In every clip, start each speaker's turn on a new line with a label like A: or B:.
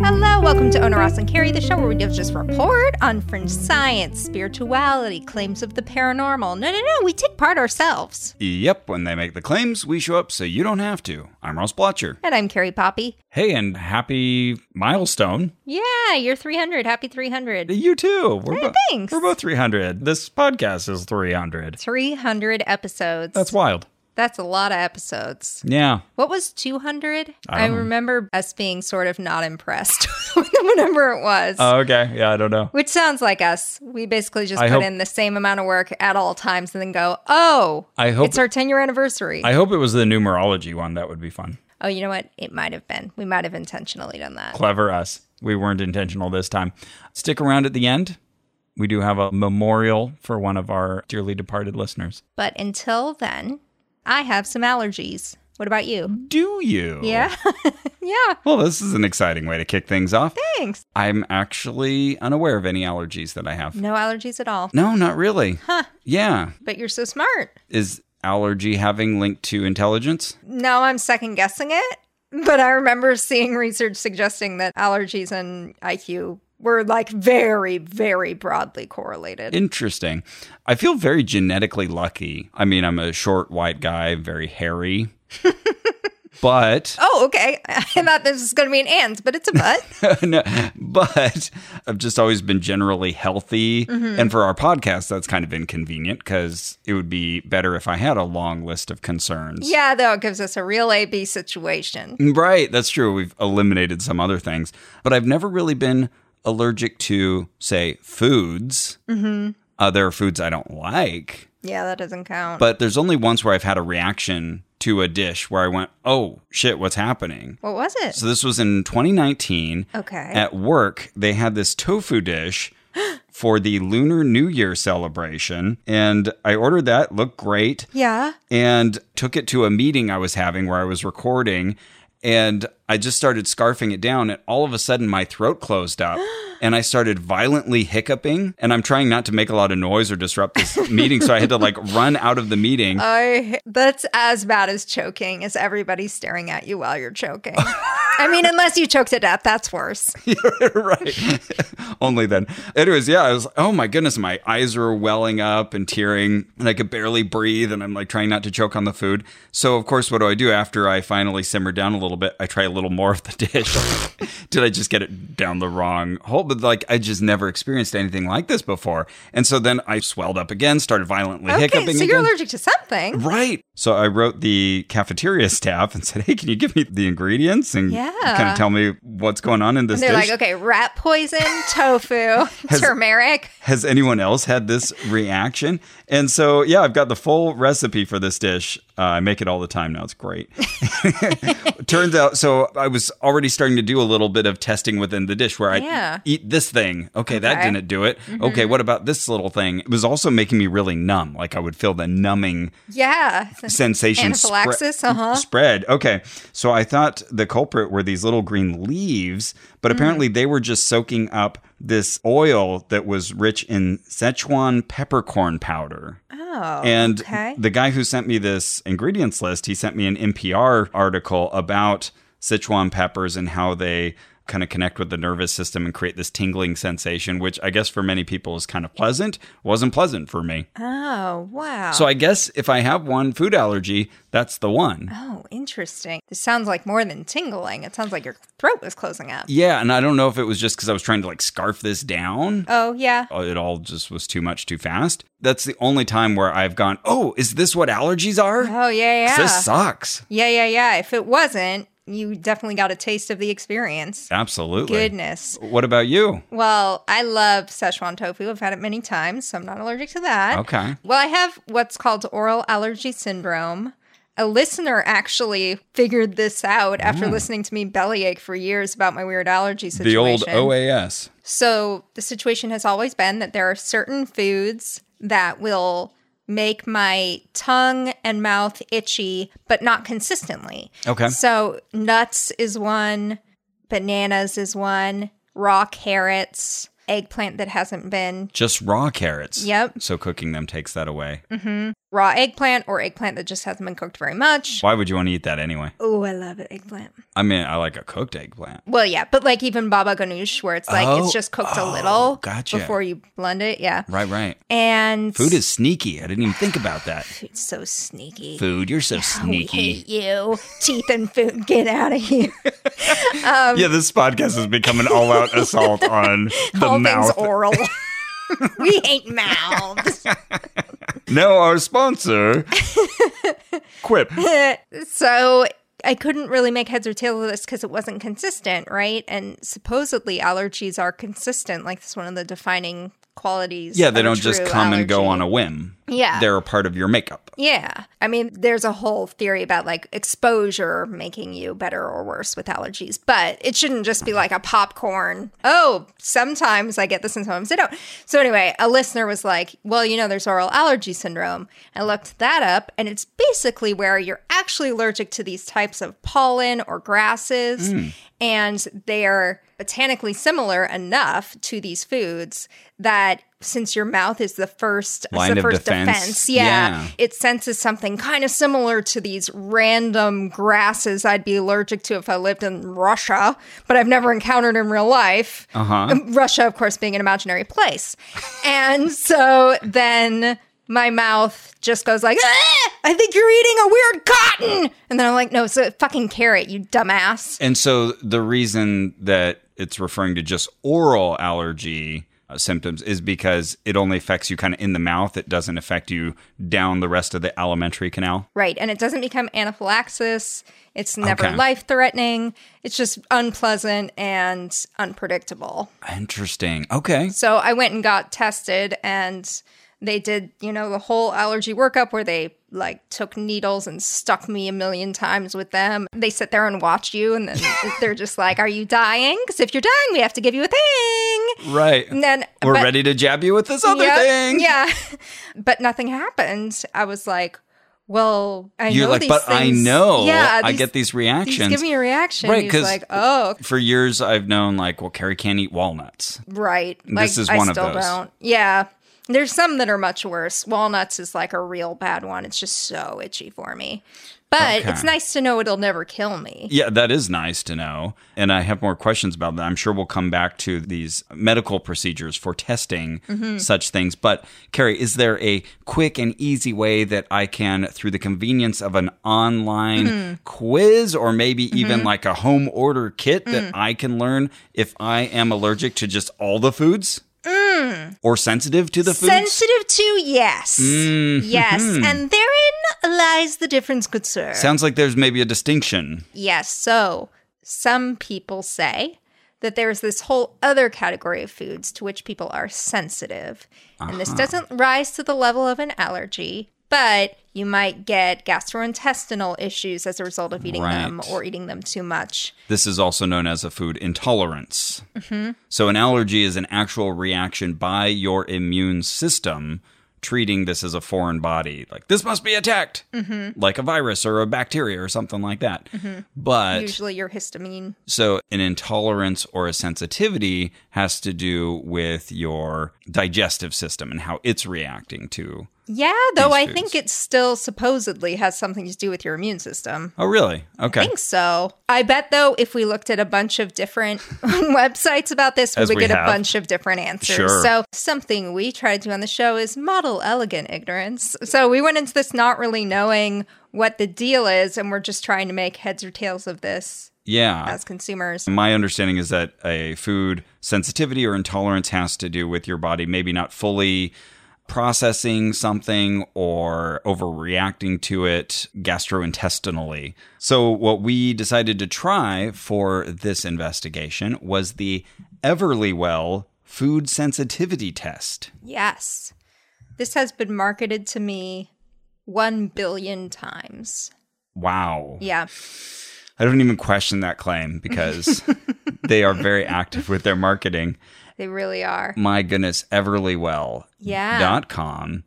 A: Hello, welcome to Ona Ross and Carrie, the show where we give just report on fringe science, spirituality, claims of the paranormal. No, no, no, we take part ourselves.
B: Yep, when they make the claims, we show up so you don't have to. I'm Ross Blotcher.
A: And I'm Carrie Poppy.
B: Hey, and happy milestone.
A: Yeah, you're 300. Happy 300.
B: You too. We're bo-
A: thanks.
B: We're both 300. This podcast is 300.
A: 300 episodes.
B: That's wild.
A: That's a lot of episodes.
B: Yeah.
A: What was 200?
B: I
A: I,
B: don't know.
A: remember us being sort of not impressed with the number it was.
B: Oh, okay. Yeah, I don't know.
A: which sounds like us. We basically just
B: I
A: put
B: hope-
A: in the same amount of work at all times and then go, oh,
B: I hope-
A: it's our 10 year anniversary.
B: I hope it was the numerology one. That would be fun.
A: Oh, you know what? It might have been. We might have intentionally done that.
B: Clever us. We weren't intentional this time. Stick around at the end. We do have a memorial for one of our dearly departed listeners.
A: But until then, I have some allergies. What about you?
B: Do you?
A: Yeah. yeah.
B: Well, this is an exciting way to kick things off.
A: Thanks.
B: I'm actually unaware of any allergies that I have.
A: No allergies at all.
B: No, not really. Huh. Yeah.
A: But you're so smart.
B: Is allergy having linked to intelligence?
A: No, I'm second guessing it. But I remember seeing research suggesting that allergies and IQ were like very, very broadly correlated.
B: Interesting. I feel very genetically lucky. I mean, I'm a short white guy, very hairy. but
A: Oh, okay. I thought this was going to be an and, but it's a but.
B: no, but I've just always been generally healthy. And for our podcast, that's kind of inconvenient cuz it would be better if I had a long list of concerns.
A: yeah, though, it gives us a real AB situation.
B: Right, that's true. We've eliminated some other things, but I've never really been allergic to, say, foods. Mm-hmm. Uh, there are foods I don't like,
A: Yeah, that doesn't count.
B: but there's only once where I've had a reaction to a dish where I went, "Oh shit, what's happening?"
A: what was it?
B: So this was in 2019.
A: Okay.
B: At work, they had this tofu dish for the Lunar New Year celebration, and I ordered that. Looked great
A: yeah.
B: and took it to a meeting I was having where I was recording. And I just started scarfing it down, and all of a sudden my throat closed up and I started violently hiccuping. And I'm trying not to make a lot of noise or disrupt this meeting. So I had to like run out of the meeting.
A: I, that's as bad as choking, as everybody staring at you while you're choking. I mean, unless you choke to death, that's worse.
B: right. Only then. Anyways, yeah, I was, oh my goodness, my eyes were welling up and tearing, and I could barely breathe, and I'm like trying not to choke on the food. So, of course, what do I do after I finally simmer down a little bit? I try a little more of the dish. Did I just get it down the wrong hole? But like, I just never experienced anything like this before. And so then I swelled up again, started violently
A: Okay,
B: hiccuping
A: so
B: again.
A: you're allergic to something.
B: Right. So I wrote the cafeteria staff and said, "Hey, can you give me the ingredients and
A: Yeah.
B: kind of tell me what's going on in this
A: And they're
B: dish?"
A: like, okay, rat poison, tofu, turmeric.
B: has anyone else had this reaction? And so, yeah, I've got the full recipe for this dish. Uh, I make it all the time now. It's great. Turns out, so I was already starting to do a little bit of testing within the dish where I
A: Yeah.
B: eat this thing. Okay, that
A: Okay. Mm-hmm.
B: didn't do it. Okay, what about this little thing? It was also making me really numb. Like I would feel the numbing
A: Yeah.
B: sensation spre-
A: Anaphylaxis, uh-huh.
B: spread. Okay. So I thought the culprit were these little green leaves, but
A: Mm-hmm.
B: apparently they were just soaking up this oil that was rich in Sichuan peppercorn powder.
A: Oh.
B: And
A: okay.
B: the guy who sent me this ingredients list, he sent me an NPR article about Sichuan peppers and how they kind of connect with the nervous system and create this tingling sensation, which I guess for many people is kind of pleasant. Wasn't pleasant for me.
A: oh, wow.
B: So I guess if I have one food allergy, that's the one.
A: Oh, interesting. This sounds like more than tingling. It sounds like your throat was closing up.
B: Yeah, and I don't know if it was just because I was trying to like scarf this down.
A: Oh, yeah.
B: It all just was too much too fast. That's the only time where I've gone, oh, is this what allergies are?
A: Oh, yeah,
B: 'Cause This
A: yeah.
B: sucks.
A: Yeah, yeah, yeah. If it wasn't, you definitely got a taste of the experience.
B: Absolutely.
A: Goodness.
B: What about you?
A: Well, I love Szechuan tofu. I've had it many times, so I'm not allergic to that.
B: Okay.
A: Well, I have what's called oral allergy syndrome. A listener actually figured this out after listening to me bellyache for years about my weird allergy situation.
B: Mm. The old OAS.
A: So the situation has always been that there are certain foods that will make my tongue and mouth itchy, but not consistently.
B: Okay.
A: So nuts is one, bananas is one, raw carrots, eggplant that hasn't been.
B: Just raw carrots.
A: Yep. Mm.
B: So cooking them takes that away.
A: raw eggplant or eggplant that just hasn't been cooked very much.
B: Why would you want to eat that anyway?
A: Oh, I love it, eggplant.
B: I mean, I like a cooked eggplant.
A: Well, yeah, but like even baba ganoush, where it's like
B: Oh,
A: it's just cooked
B: oh,
A: a little
B: gotcha.
A: before you blend it. Yeah,
B: Right, right.
A: and
B: Food is sneaky. I didn't even think about that.
A: food's so sneaky.
B: Food, you're so
A: We
B: sneaky.
A: hate you, teeth and food. Get out of here.
B: yeah, this podcast has become an all-out assault on the
A: All things
B: mouth.
A: oral. we hate mouths.
B: now our sponsor, Quip.
A: so I couldn't really make heads or tails of this because it wasn't consistent, right? And supposedly allergies are consistent. Like that's one of the defining qualities.
B: Yeah, they
A: of a
B: don't just
A: true
B: come and go
A: allergy.
B: on a whim.
A: Yeah.
B: They're a part of your makeup.
A: Yeah. I mean, there's a whole theory about like exposure making you better or worse with allergies, but it shouldn't just be like a popcorn. Oh, sometimes I get this and sometimes I don't. So, anyway, a listener was like, well, you know, there's oral allergy syndrome. I looked that up, and it's basically where you're actually allergic to these types of pollen or grasses, and they're botanically similar enough to these foods that since your mouth is the first it's
B: Line
A: the
B: of
A: first
B: defense.
A: defense, yeah,
B: Yeah.
A: it senses something kind of similar to these random grasses I'd be allergic to if I lived in Russia, but I've never encountered in real life. Um,
B: Uh-huh.
A: Russia, of course, being an imaginary place. and so then my mouth just goes like, "Ah, I think you're eating a weird cotton. And then I'm like, no, it's a fucking carrot, you dumbass.
B: And so the reason that it's referring to just oral allergy uh, symptoms is because it only affects you kind of in the mouth. It doesn't affect you down the rest of the alimentary canal.
A: Right. And it doesn't become anaphylaxis. It's never
B: Okay.
A: life threatening. It's just unpleasant and unpredictable.
B: Interesting. Okay.
A: So I went and got tested and they did, you know, the whole allergy workup where they like took needles and stuck me a million times with them. They sit there and watch you and then they're just like, "Are you dying? Cuz if you're dying, we have to give you a thing."
B: Right.
A: And then
B: We're
A: but-
B: ready to jab you with this other
A: yeah,
B: thing.
A: Yeah. But nothing happened. I was like, "Well, I
B: You're
A: know
B: like,
A: these
B: but I
A: things."
B: know.
A: Yeah,
B: I
A: these-
B: get these
A: these
B: reactions.
A: give me a reaction.
B: Right,
A: He's
B: 'cause-
A: like, oh,
B: For years, I've known like, well, Carrie can't eat walnuts.
A: Right. Like,
B: This is
A: I
B: one of
A: still
B: those.
A: don't. Yeah. There's some that are much worse. Walnuts is like a real bad one. It's just so itchy for me. But
B: Okay.
A: it's nice to know it'll never kill me.
B: Yeah, that is nice to know. And I have more questions about that. I'm sure we'll come back to these medical procedures for testing such things. But, Carrie, is there a quick and easy way that I can, through the convenience of an online quiz or maybe even like a home order kit, that I can learn if I am allergic to just all the foods or sensitive to the foods? Mm-hmm.
A: Sensitive to yes. Yes. And therein lies the difference, good sir.
B: Sounds like there's maybe a distinction.
A: Yes. So some people say that there's this whole other category of foods to which people are sensitive. And
B: Uh-huh.
A: this doesn't rise to the level of an allergy, but you might get gastrointestinal issues as a result of eating them
B: Right.
A: or eating them too much.
B: This is also known as a food intolerance. So, an allergy is an actual reaction by your immune system treating this as a foreign body. Like, this must be attacked, like a virus or a bacteria or something like that. But
A: Usually your histamine.
B: so, an intolerance or a sensitivity has to do with your digestive system and how it's reacting to.
A: Yeah, though I
B: foods.
A: think it still supposedly has something to do with your immune system.
B: Oh, really? Okay.
A: think so. I bet though, if we looked at a bunch of different websites about this, we
B: As
A: would
B: we
A: get
B: have.
A: a bunch of different answers.
B: Sure.
A: So something we try to do on the show is model elegant ignorance. So we went into this not really knowing what the deal is, and we're just trying to make heads or tails of this
B: yeah.
A: as consumers.
B: My understanding is that a food sensitivity or intolerance has to do with your body maybe not fully processing something or overreacting to it gastrointestinally. So, what we decided to try for this investigation was the Everlywell food sensitivity test.
A: Yes, this has been marketed to me one billion times.
B: Wow.
A: Yeah.
B: I don't even question that claim because they are very active with their marketing.
A: They really are.
B: My goodness, Everlywell.com.
A: Yeah. Dot com.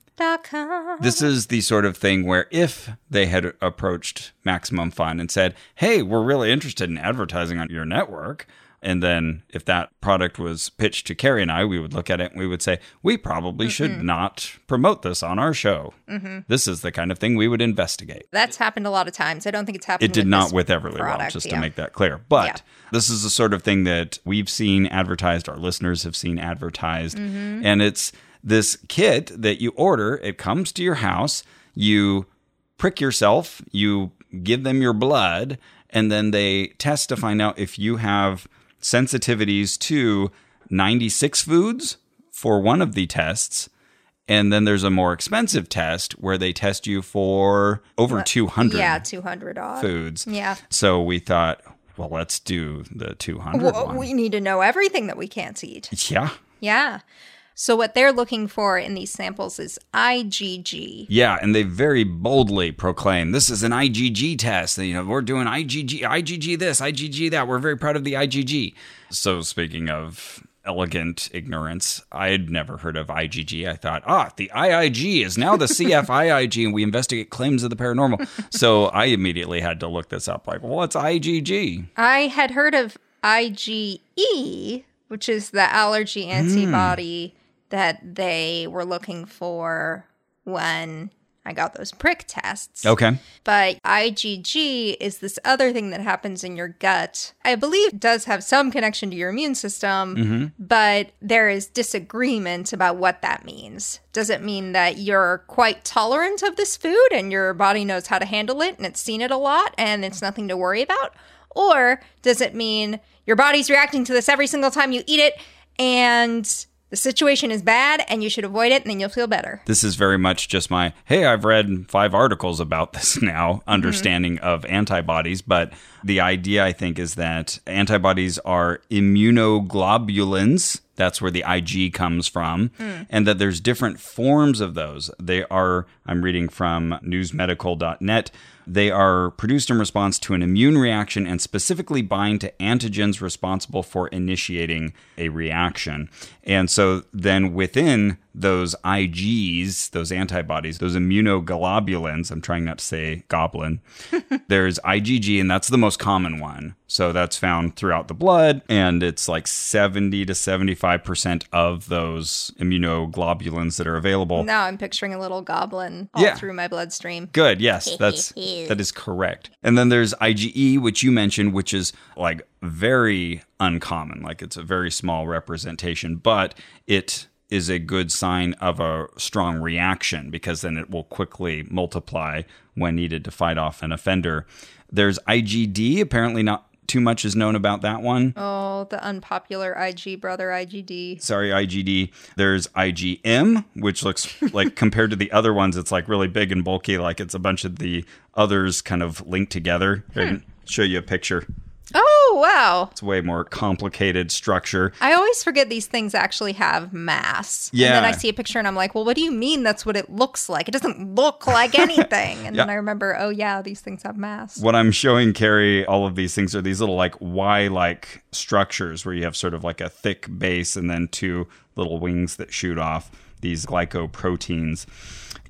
B: This is the sort of thing where if they had approached Maximum Fun and said, "Hey, we're really interested in advertising on your network," And then if that product was pitched to Carrie and I, we would look at it and we would say, we probably should not promote this on our show. This is the kind of thing we would investigate.
A: That's happened a lot of times. I don't think it's happened.
B: It did
A: with
B: not
A: this
B: with Everly well,
A: product,
B: just to
A: yeah.
B: make that clear. But
A: Yeah.
B: this is the sort of thing that we've seen advertised, our listeners have seen advertised.
A: Mm-hmm.
B: And it's this kit that you order, it comes to your house, you prick yourself, you give them your blood, and then they test to find out if you have sensitivities to 96 foods for one of the tests. And then there's a more expensive test where they test you for over 200
A: Yeah, two hundred odd.
B: foods.
A: Yeah.
B: So we thought, well, let's do the 200
A: Well,
B: one.
A: we need to know everything that we can't eat.
B: yeah.
A: Yeah. So what they're looking for in these samples is IgG.
B: Yeah, and they very boldly proclaim this is an IgG test. You know, we're doing IgG, IgG this, IgG that. We're very proud of the IgG. So speaking of elegant ignorance, I had never heard of IgG. I thought, ah, the IIG is now the CFIIG, and we investigate claims of the paranormal. so I immediately had to look this up. Like, what's IgG?
A: I had heard of IgE, which is the allergy antibody that they were looking for when I got those prick tests.
B: Okay.
A: But IgG is this other thing that happens in your gut. I believe does have some connection to your immune system, but there is disagreement about what that means. Does it mean that you're quite tolerant of this food and your body knows how to handle it and it's seen it a lot and it's nothing to worry about? Or does it mean your body's reacting to this every single time you eat it and the situation is bad and you should avoid it and then you'll feel better?
B: this is very much just my hey i've read five articles about this now understanding of antibodies but the idea i think is that antibodies are immunoglobulins that's where the ig comes from and that there's different forms of those they are i'm reading from newsmedical.net they are produced in response to an immune reaction and specifically bind to antigens responsible for initiating a reaction. And so then within those Igs, those antibodies, those immunoglobulins, I'm trying not to say goblin, there's IgG, and that's the most common one. So that's found throughout the blood, and it's like 70 to 75% of those immunoglobulins that are available.
A: Now I'm picturing a little goblin all
B: Yeah.
A: through my bloodstream.
B: Good. Yes, that's that is correct. And then there's IgE, which you mentioned, which is like very uncommon. Like it's a very small representation, but it is a good sign of a strong reaction because then it will quickly multiply when needed to fight off an offender. There's IgD. Apparently, not too much is known about that one.
A: Oh, the unpopular IG brother IGD.
B: Sorry, IGD. There's IgM, which looks like compared to the other ones, it's like really big and bulky, like it's a bunch of the others kind of linked together. Here, I can show you a picture.
A: Oh, wow.
B: It's a way more complicated structure.
A: I always forget these things actually have mass. And
B: Yeah.
A: then I see a picture and I'm like, well, what do you mean that's what it looks like? It doesn't look like anything. And then I remember, oh, yeah, these things have mass.
B: What I'm showing Carrie, all of these things are these little like Y like structures where you have sort of like a thick base and then two little wings that shoot off these glycoproteins.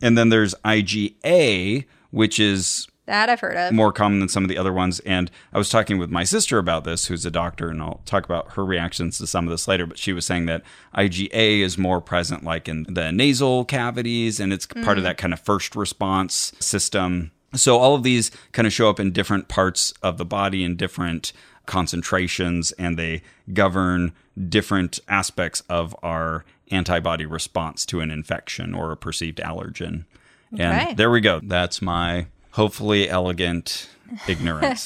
B: And then there's IgA, which is
A: That I've heard of.
B: more common than some of the other ones. And I was talking with my sister about this, who's a doctor, and I'll talk about her reactions to some of this later. But she was saying that IgA is more present, like in the nasal cavities, and it's part
A: Mm.
B: of that kind of first response system. So all of these kind of show up in different parts of the body in different concentrations, and they govern different aspects of our antibody response to an infection or a perceived allergen.
A: Okay.
B: And there we go. That's my hopefully elegant ignorance.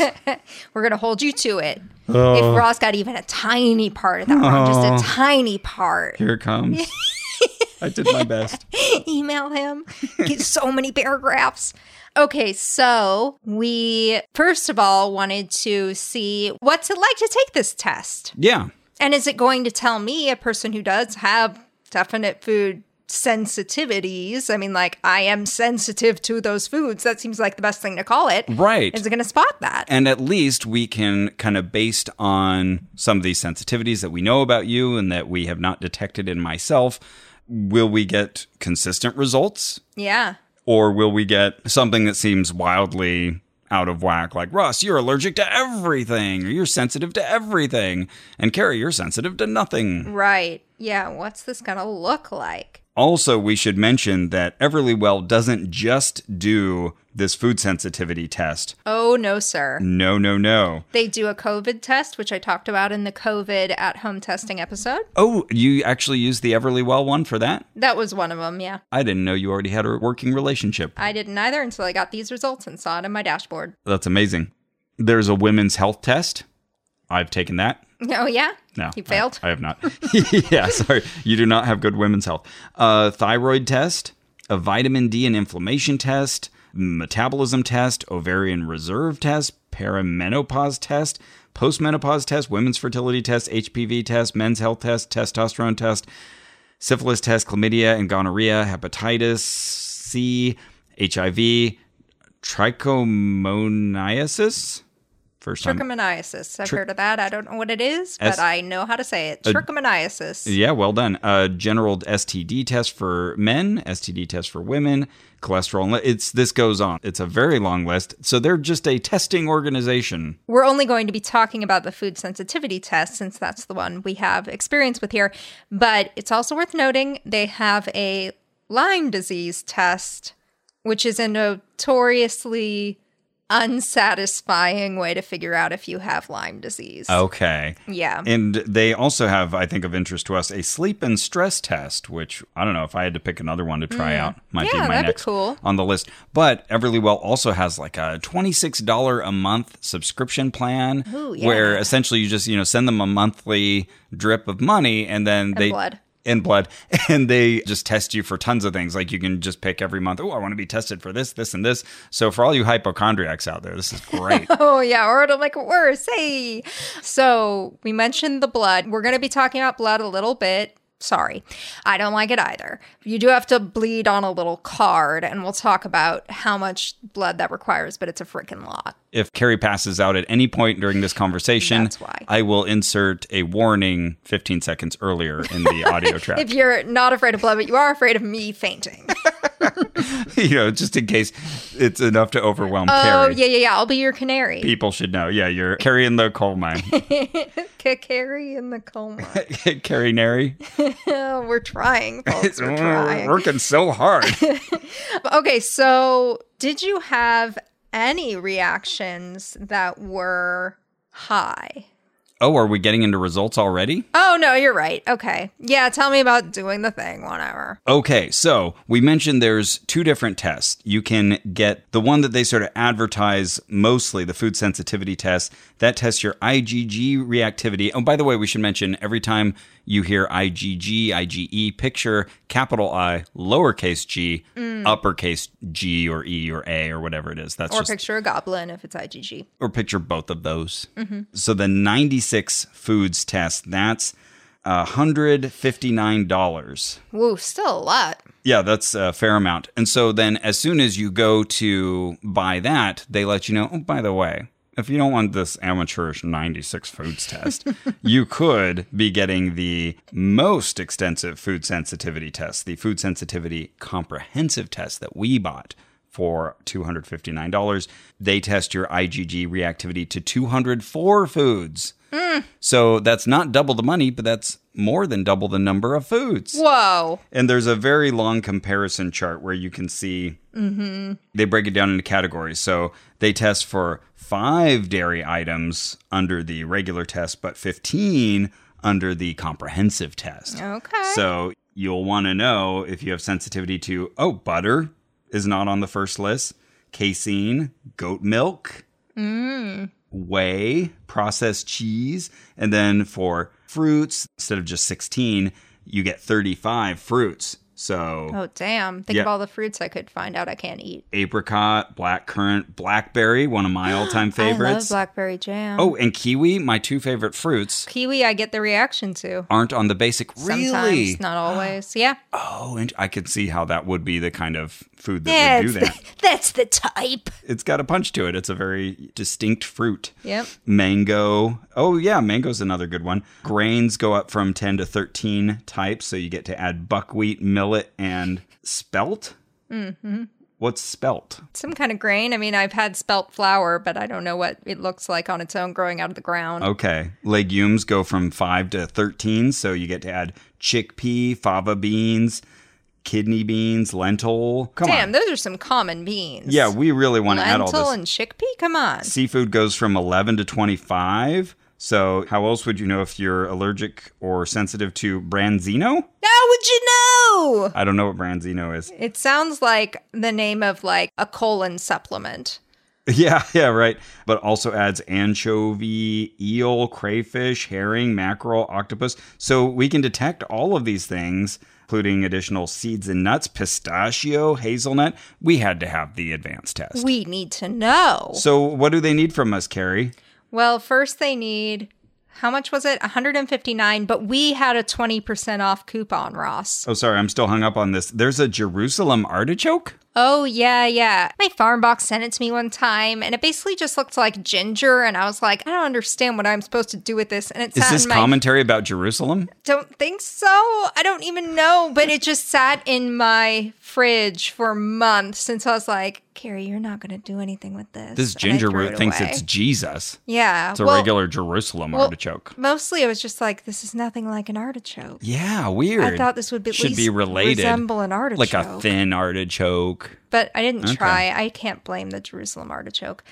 A: We're going to hold you to it. If Ross got even a tiny part of that wrong, just a tiny part,
B: Here it comes. I did my best.
A: email him. Get so many paragraphs. Okay, so we first of all wanted to see what's it like to take this test.
B: Yeah.
A: And is it going to tell me, a person who does have definite food sensitivities? I mean, like, I am sensitive to those foods. That seems like the best thing to call it.
B: Right.
A: Is it going to spot that?
B: And at least we can kind of based on some of these sensitivities that we know about you and that we have not detected in myself, will we get consistent results
A: yeah.
B: or will we get something that seems wildly out of whack. Like, Russ, you're allergic to everything, or you're sensitive to everything. And Carrie, you're sensitive to nothing.
A: Right. Yeah. What's this going to look like?
B: Also, we should mention that Everlywell doesn't just do this food sensitivity test.
A: Oh, no, sir.
B: No, no, no.
A: They do a COVID test, which I talked about in the COVID at home testing episode.
B: Oh, you actually used the Everlywell one for that?
A: That was one of them. Yeah.
B: I didn't know you already had a working relationship.
A: I didn't either until I got these results and saw it in my dashboard.
B: That's amazing. There's a women's health test. I've taken that.
A: Oh, yeah.
B: No.
A: You failed?
B: I, I have not. yeah, sorry. You do not have good women's health. A thyroid test, a vitamin D and inflammation test, metabolism test, ovarian reserve test, perimenopause test, postmenopause test, women's fertility test, HPV test, men's health test, testosterone test, syphilis test, chlamydia and gonorrhea, hepatitis C, HIV, trichomoniasis. First time.
A: Trichomoniasis. I've heard of that. I don't know what it is, but
B: Um, S-
A: I know how to say it. Trichomoniasis.
B: Yeah, well done. Uh, general STD test for men, STD test for women, cholesterol. and li- It's this goes on. It's a very long list. So they're just a testing organization.
A: We're only going to be talking about the food sensitivity test since that's the one we have experience with here. But it's also worth noting they have a Lyme disease test, which is a notoriously unsatisfying way to figure out if you have Lyme disease.
B: Oh. Okay.
A: Yeah.
B: And they also have, I think, of interest to us, a sleep and stress test, which I don't know if I had to pick another one to try out, might be
A: Mm. Yeah,
B: my
A: that'd be
B: next
A: cool.
B: on the list. But Everlywell also has like a twenty-six dollar a month subscription plan,
A: Ooh, yeah.
B: where essentially you just you know send them a monthly drip of money, and then they
A: blood.
B: and blood, and they just test you for tons of things. Like you can just pick every month. Oh, I want to be tested for this, this, and this. So for all you hypochondriacs out there, this is great.
A: Oh, yeah, or it'll make it worse. Hey. So, we mentioned the blood. We're going to be talking about blood a little bit. Sorry, I don't like it either. You do have to bleed on a little card, and we'll talk about how much blood that requires, but it's a freaking lot.
B: if Carrie passes out at any point during this conversation,
A: That's why.
B: I will insert a warning 15 seconds earlier in the audio track.
A: If you're not afraid of blood, but you are afraid of me fainting.
B: you know, just in case it's enough to overwhelm
A: oh,
B: Carrie.
A: yeah, yeah, yeah. I'll be your canary.
B: People should know. Yeah, you're Carrie in the coal mine.
A: Canary in the coal mine.
B: Carrie Nary.
A: Oh, we're trying, folks. We're
B: We're
A: trying.
B: working so hard.
A: Okay, so did you have any reactions that were high?
B: oh, are we getting into results already?
A: Oh no, you're right. Okay. Yeah, tell me about doing the thing, whatever.
B: Okay, so we mentioned there's two different tests. You can get the one that they sort of advertise mostly, the food sensitivity test. That tests your IgG reactivity. Oh, by the way, we should mention every time you hear IgG, IgE, E, picture capital I, lowercase g, uppercase G or E or A or whatever it is. That's
A: Or
B: just
A: picture a goblin if it's IgG.
B: or picture both of those. So the 96 foods test, that's uh, $159.
A: Woo, still a lot.
B: Yeah, that's a fair amount. And so then as soon as you go to buy that, they let you know, oh, by the way, if you don't want this amateurish 96 foods test, you could be getting the most extensive food sensitivity test, the food sensitivity comprehensive test that we bought for $259. They test your IgG reactivity to 204 foods. So that's not double the money, but that's more than double the number of foods.
A: Whoa.
B: And there's a very long comparison chart where you can see they break it down into categories. So they test for five dairy items under the regular test, but 15 under the comprehensive test.
A: Okay.
B: So you'll want to know if you have sensitivity to, oh, butter is not on the first list, casein, goat milk,
A: Mm.
B: whey, processed cheese, and then for fruits, instead of just 16, you get 35 fruits. So
A: Oh damn. Think
B: Yeah.
A: of all the fruits I could find out I can't eat.
B: apricot, blackcurrant, blackberry, one of my all-time
A: I love
B: favorites.
A: blackberry jam.
B: oh, and kiwi, my two favorite fruits,
A: Kiwi I get the reaction to.
B: aren't on the basic really.
A: Sometimes, not always. Yeah.
B: Oh, and I could see how that would be the kind of food that
A: yeah
B: would do
A: it's
B: that.
A: the- that's the type.
B: It's got a punch to it. It's a very distinct fruit.
A: Yep.
B: Mango. Oh yeah, mango's another good one. Grains go up from 10 to
A: Mm-hmm.
B: 13 types, so you get to add buckwheat, millet, and spelt. What's spelt?
A: Some kind of grain. I mean, I've had spelt flour, but I don't know what it looks like on its own growing out of the ground.
B: Okay. Legumes go from 5 to 13, so you get to add chickpea, fava beans, kidney beans, lentil. Come
A: Damn,
B: on.
A: those are some common beans.
B: Yeah, we really want to add all
A: lentil
B: this.
A: and chickpea. Come on.
B: Seafood goes from 11 to 25. So, how else would you know if you're allergic or sensitive to branzino?
A: How would you know?
B: I don't know what branzino is.
A: It sounds like the name of like a colon supplement.
B: Yeah, yeah, right. But also adds anchovy, eel, crayfish, herring, mackerel, octopus. So we can detect all of these things, including additional seeds and nuts, pistachio, hazelnut. We had to have the advanced test.
A: We need to know.
B: so what do they need from us, Carrie?
A: Well, first they need how much was it? 159, but we had a 20% off coupon, Ross.
B: Oh, sorry, I'm still hung up on this. There's a Jerusalem artichoke?
A: Oh yeah, yeah. My farm box sent it to me one time and it basically just looked like ginger and I was like, I don't understand what I'm supposed to do with this and it
B: Is
A: sat
B: this
A: in my
B: commentary about Jerusalem?
A: don't think so. I don't even know, but it just sat in my fridge for months and so I was like, Carrie, you're not gonna do anything with this.
B: This
A: And I
B: ginger
A: threw
B: root
A: it
B: thinks
A: away.
B: it's Jesus.
A: Yeah.
B: It's a regular Jerusalem artichoke.
A: Mostly I was just like, this is nothing like an artichoke.
B: Yeah, weird.
A: I thought this would be at
B: should
A: least
B: be related,
A: resemble an artichoke,
B: like a thin artichoke.
A: but I didn't try. I can't blame the Jerusalem artichoke.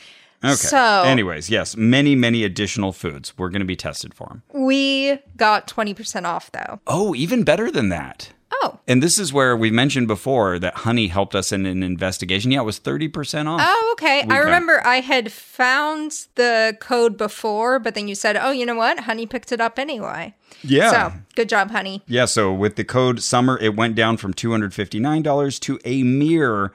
B: Okay.
A: So
B: anyways, yes, many, many additional foods we're going to be tested for them.
A: we got twenty percent off though.
B: Oh, even better than that.
A: Oh,
B: And this is where we mentioned before that honey helped us in an investigation. Yeah, it was 30% off.
A: oh, okay.
B: We
A: I
B: got-
A: remember I had found the code before, but then you said, "Oh, you know what? Honey picked it up anyway."
B: yeah.
A: So good job, honey.
B: Yeah, so with the code summer, it went down from $259 to a mere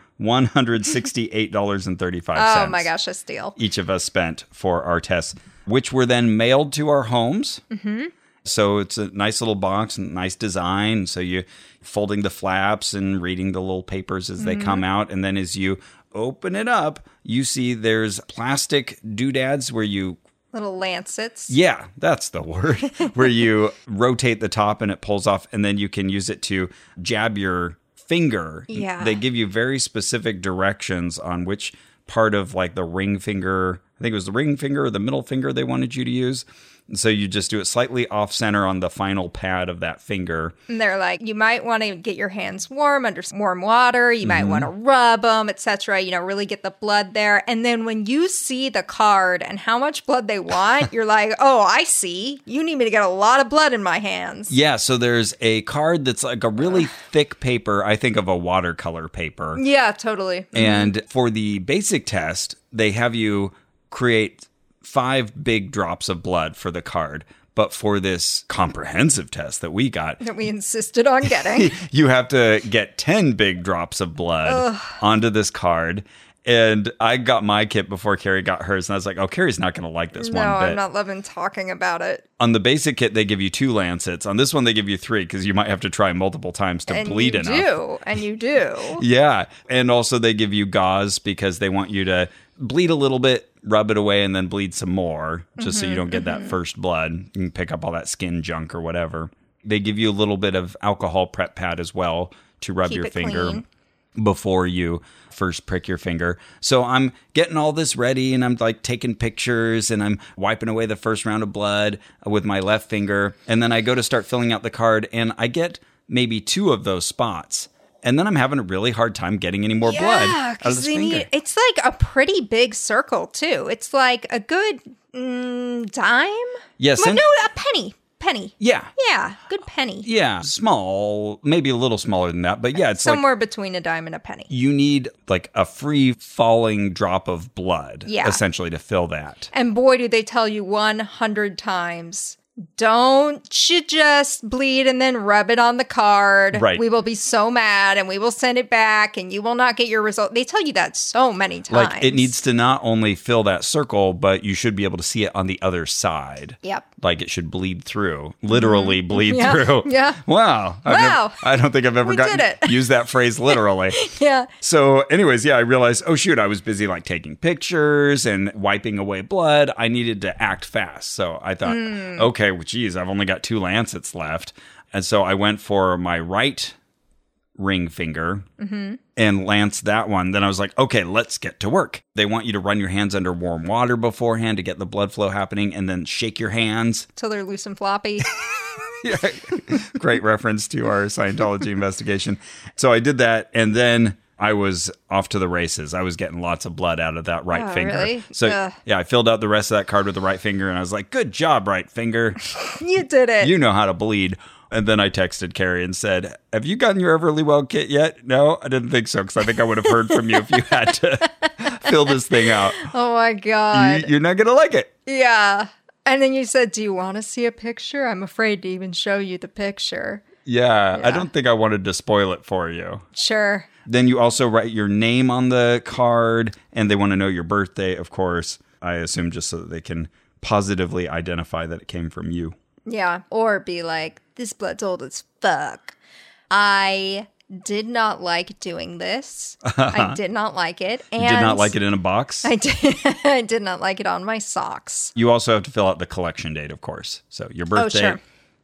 B: $168.35.
A: Oh my gosh, a steal.
B: each of us spent for our tests, which were then mailed to our homes. Mm-hmm. So it's a nice little box and nice design. So you folding the flaps and reading the little papers as they come out, and then as you open it up, you see there's plastic doodads where you.
A: Little lancets.
B: Yeah, that's the word. Where you rotate the top and it pulls off, and then you can use it to jab your finger.
A: Yeah.
B: They give you very specific directions on which part of like the ring finger, I think it was the ring finger or the middle finger they wanted you to use. And so you just do it slightly off center on the final pad of that finger.
A: And they're like, you might want to get your hands warm under some warm water. You
B: Mm-hmm.
A: might want to rub them, etc. You know, really get the blood there. And then when you see the card and how much blood they want, you're like, oh, I see. You need me to get a lot of blood in my hands.
B: Yeah, so there's a card that's like a really thick paper, I think of a watercolor paper.
A: Yeah, totally.
B: And for the basic test, they have you create five big drops of blood for the card. But for this comprehensive test that we got,
A: That we insisted on getting.
B: you have to get 10 big drops of blood onto this card. And I got my kit before Carrie got hers. And I was like, oh, Carrie's not going to like this
A: no,
B: one bit.
A: I'm not loving talking about it.
B: On the basic kit, they give you two lancets. On this one, they give you three because you might have to try multiple times to
A: And
B: bleed
A: you
B: enough.
A: do. And you do.
B: Yeah. And also, they give you gauze because they want you to bleed a little bit, rub it away, and then bleed some more just
A: Mm-hmm,
B: so you don't get that first blood. You can pick up all that skin junk or whatever. They give you a little bit of alcohol prep pad as well to rub
A: Keep
B: your
A: it
B: finger.
A: clean.
B: Before you first prick your finger. So I'm getting all this ready and I'm like taking pictures and I'm wiping away the first round of blood with my left finger. And then I go to start filling out the card and I get maybe two of those spots and then I'm having a really hard time getting any more blood out of
A: because
B: this
A: they
B: finger.
A: need. It's like a pretty big circle too. It's like a good mm, dime.
B: Yes,
A: Well,
B: and-
A: no, a penny. Penny.
B: yeah.
A: Yeah, good penny.
B: Yeah. Small, maybe a little smaller than that, but yeah, it's like
A: Somewhere between a dime and a penny.
B: you need like a free falling drop of blood
A: Yeah.
B: essentially to fill that.
A: And boy, do they tell you 100 times. Don't you just bleed and then rub it on the card.
B: Right.
A: We will be so mad and we will send it back and you will not get your result. They tell you that so many times.
B: Like it needs to not only fill that circle, but you should be able to see it on the other side.
A: Yep. Mm-hmm.
B: Like it should bleed through, literally bleed
A: Yeah.
B: through.
A: Yeah.
B: Wow. I've never-
A: Wow.
B: I don't think I've ever
A: We
B: gotten
A: did it.
B: used that phrase literally.
A: Yeah.
B: So, anyways, yeah, I realized, oh shoot, I was busy like taking pictures and wiping away blood. I needed to act fast. So I thought, okay, well, geez, I've only got two lancets left. And so I went for my right ring finger and Lance that one, then I was like, okay, let's get to work. They want you to run your hands under warm water beforehand to get the blood flow happening and then shake your hands.
A: till they're loose and floppy.
B: Yeah. Great reference to our Scientology investigation. So I did that and then I was off to the races. I was getting lots of blood out of that right
A: Oh,
B: finger.
A: really?
B: So
A: Ugh.
B: yeah, I filled out the rest of that card with the right finger and I was like, good job, right finger.
A: you did it.
B: you know how to bleed. And then I texted Carrie and said, Have you gotten your Everly Well kit yet? No, I didn't think so because I think I would have heard from you if you had to fill this thing out.
A: oh my god.
B: You, you're not going to like it.
A: yeah. And then you said, "Do you want to see a picture? I'm afraid to even show you the picture."
B: Yeah, I
A: Yeah.
B: don't think I wanted to spoil it for you.
A: Sure.
B: Then you also write your name on the card and they want to know your birthday, of course. I assume just so that they can positively identify that it came from you.
A: Yeah. Or be like, this blood's old as fuck. I did not like doing this. I did not like it. And
B: Did not like it in a box.
A: I did, I did not like it on my socks.
B: You also have to fill out the collection date, of course. So your birthday,
A: Oh, sure.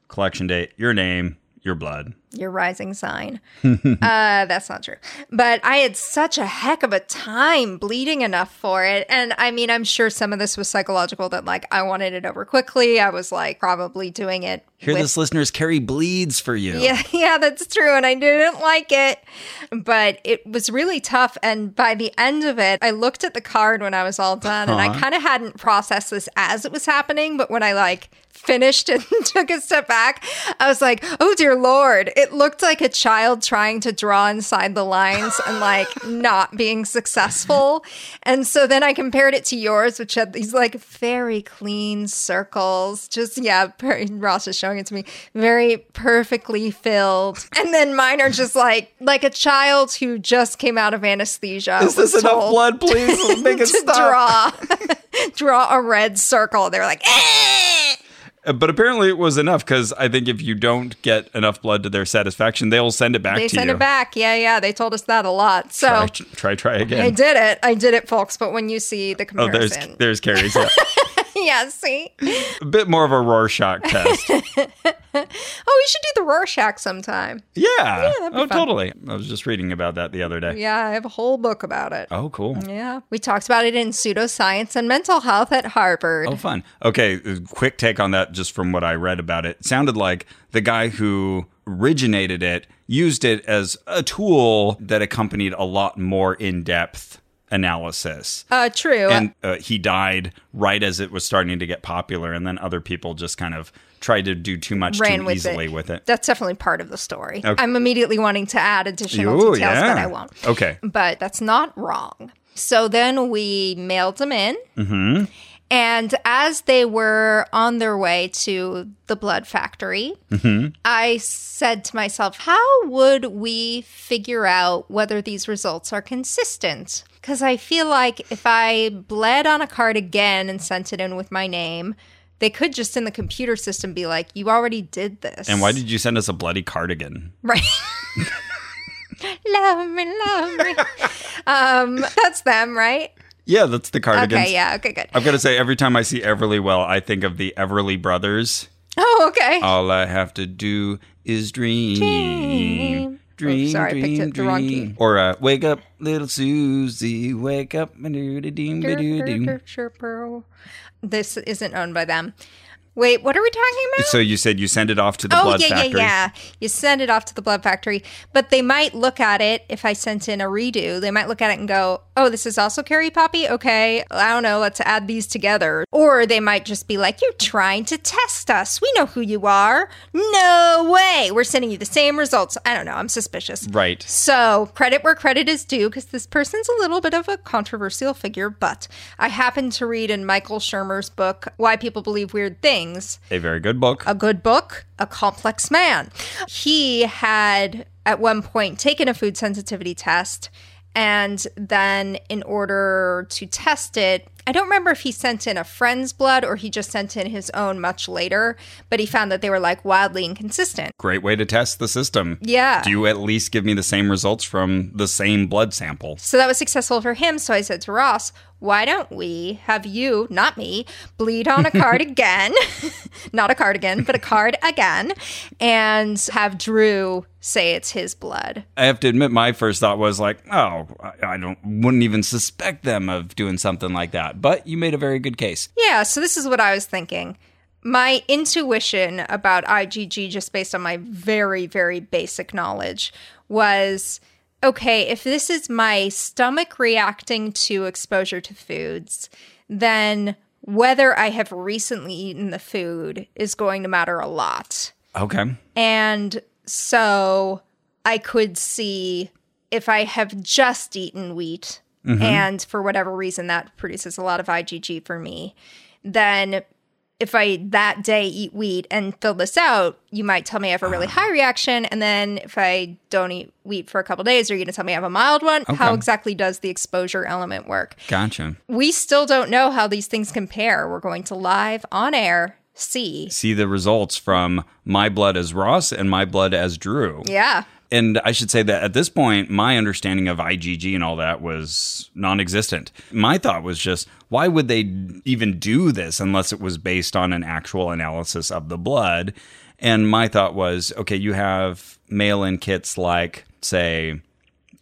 B: collection date, your name, your blood.
A: Your rising sign. uh, that's not true. But I had such a heck of a time bleeding enough for it. And I mean, I'm sure some of this was psychological that, like, I wanted it over quickly. I was, like, probably doing it.
B: Hear
A: with
B: this, listeners. Carrie bleeds for you.
A: Yeah, yeah, that's true. And I didn't like it, but it was really tough. And by the end of it, I looked at the card when I was all done and I kind of hadn't processed this as it was happening. But when I like finished and took a step back, I was like, oh dear Lord, it looked like a child trying to draw inside the lines and like not being successful. And so then I compared it to yours, which had these like very clean circles. Just, yeah, per- Ross is showing it to me, very perfectly filled. And then mine are just like, like a child who just came out of anesthesia.
B: Is this
A: was
B: enough
A: told
B: blood? Please make it
A: To
B: stop.
A: draw, draw a red circle. They're like, "Eh."
B: Uh, But apparently it was enough because I think if you don't get enough blood to their satisfaction, they'll send it back
A: they
B: to
A: send
B: you.
A: it back. Oh. Yeah, yeah. They told us that a lot. So.
B: Try, try, try
A: I
B: again.
A: did it. I did it, folks. But when you see the
B: Oh, there's
A: comparison,
B: there's Carrie's. Yeah.
A: yeah, see.
B: a bit more of a Rorschach test. Yeah.
A: Oh, we should do the Rorschach sometime. that'd be
B: oh,
A: fun.
B: totally. I was just reading about that the other day.
A: Yeah, I have a whole book about it.
B: Oh, cool.
A: Yeah. We talked about it in pseudoscience and mental health at Harvard.
B: Oh, fun. Okay, uh, quick take on that just from what I read about it. Sounded like the guy who originated it used it as a tool that accompanied a lot more in depth analysis.
A: Uh, true.
B: And uh, he died right as it was starting to get popular, and then other people just kind of tried to do too much
A: Ran
B: too
A: with
B: easily
A: it.
B: with it.
A: That's definitely part of the story. I'm immediately wanting to add additional
B: Ooh,
A: details, but I won't.
B: Okay.
A: But that's not wrong. So then we mailed them in.
B: Mm-hmm.
A: And as they were on their way to the blood factory,
B: Mm-hmm.
A: I said to myself, how would we figure out whether these results are consistent? Because I feel like if I bled on a card again and sent it in with my name, they could just in the computer system be like, you already did this.
B: And why did you send us a bloody cardigan?
A: Right. love me, love me. um, that's them, right?
B: Yeah, that's the cardigan.
A: Okay, yeah, okay, good.
B: I've got to say, every time I see Everly Well, I think of the Everly Brothers.
A: Oh, okay.
B: All I have to do is dream. Dream.
A: Dream.
B: Dream,
A: Oops, sorry, I
B: dream,
A: picked it the wrong
B: dream.
A: key.
B: Or uh, wake up, little Susie, wake up. ba-doo-da-doom,
A: This isn't owned by them. Wait, what are we talking about?
B: So you said you send it off to the
A: oh,
B: blood
A: yeah,
B: factory.
A: yeah, yeah. You send it off to the blood factory, but they might look at it if I sent in a redo. They might look at it and go, "Oh, this is also Carrie Poppy. Okay, I don't know. Let's add these together." Or they might just be like, "You're trying to test us. We know who you are. No way. We're sending you the same results." I don't know. I'm suspicious.
B: Right.
A: So, credit where credit is due, because this person's a little bit of a controversial figure, but I happened to read in Michael Shermer's book, Why People Believe Weird Things,
B: A very good book.
A: a good book, a complex man. He had at one point taken a food sensitivity test and then in order to test it, I don't remember if he sent in a friend's blood or he just sent in his own much later, but he found that they were like wildly inconsistent.
B: Great way to test the system.
A: Yeah.
B: Do you at least give me the same results from the same blood sample?
A: So that was successful for him. So I said to Ross, why don't we have you, not me, bleed on a card again? not a cardigan, but a card again, and have Drew say it's his blood.
B: I have to admit, my first thought was like, oh, I- I don't wouldn't even suspect them of doing something like that. But you made a very good case.
A: Yeah, so this is what I was thinking. My intuition about IgG, just based on my very, very basic knowledge, was okay, if this is my stomach reacting to exposure to foods, then whether I have recently eaten the food is going to matter a lot.
B: Okay.
A: And so I could see if I have just eaten wheat and for whatever reason that produces a lot of IgG for me, then if I that day eat wheat and fill this out, you might tell me I have a really high reaction. And then if I don't eat wheat for a couple days, are you going to tell me I have a mild one? How exactly does the exposure element work?
B: Gotcha.
A: We still don't know how these things compare. We're going to live on air see.
B: See the results from my blood as Ross and my blood as Drew.
A: Yeah.
B: And I should say that at this point, my understanding of IgG and all that was non existent. My thought was just, why would they even do this unless it was based on an actual analysis of the blood? And my thought was, okay, you have mail in kits like, say,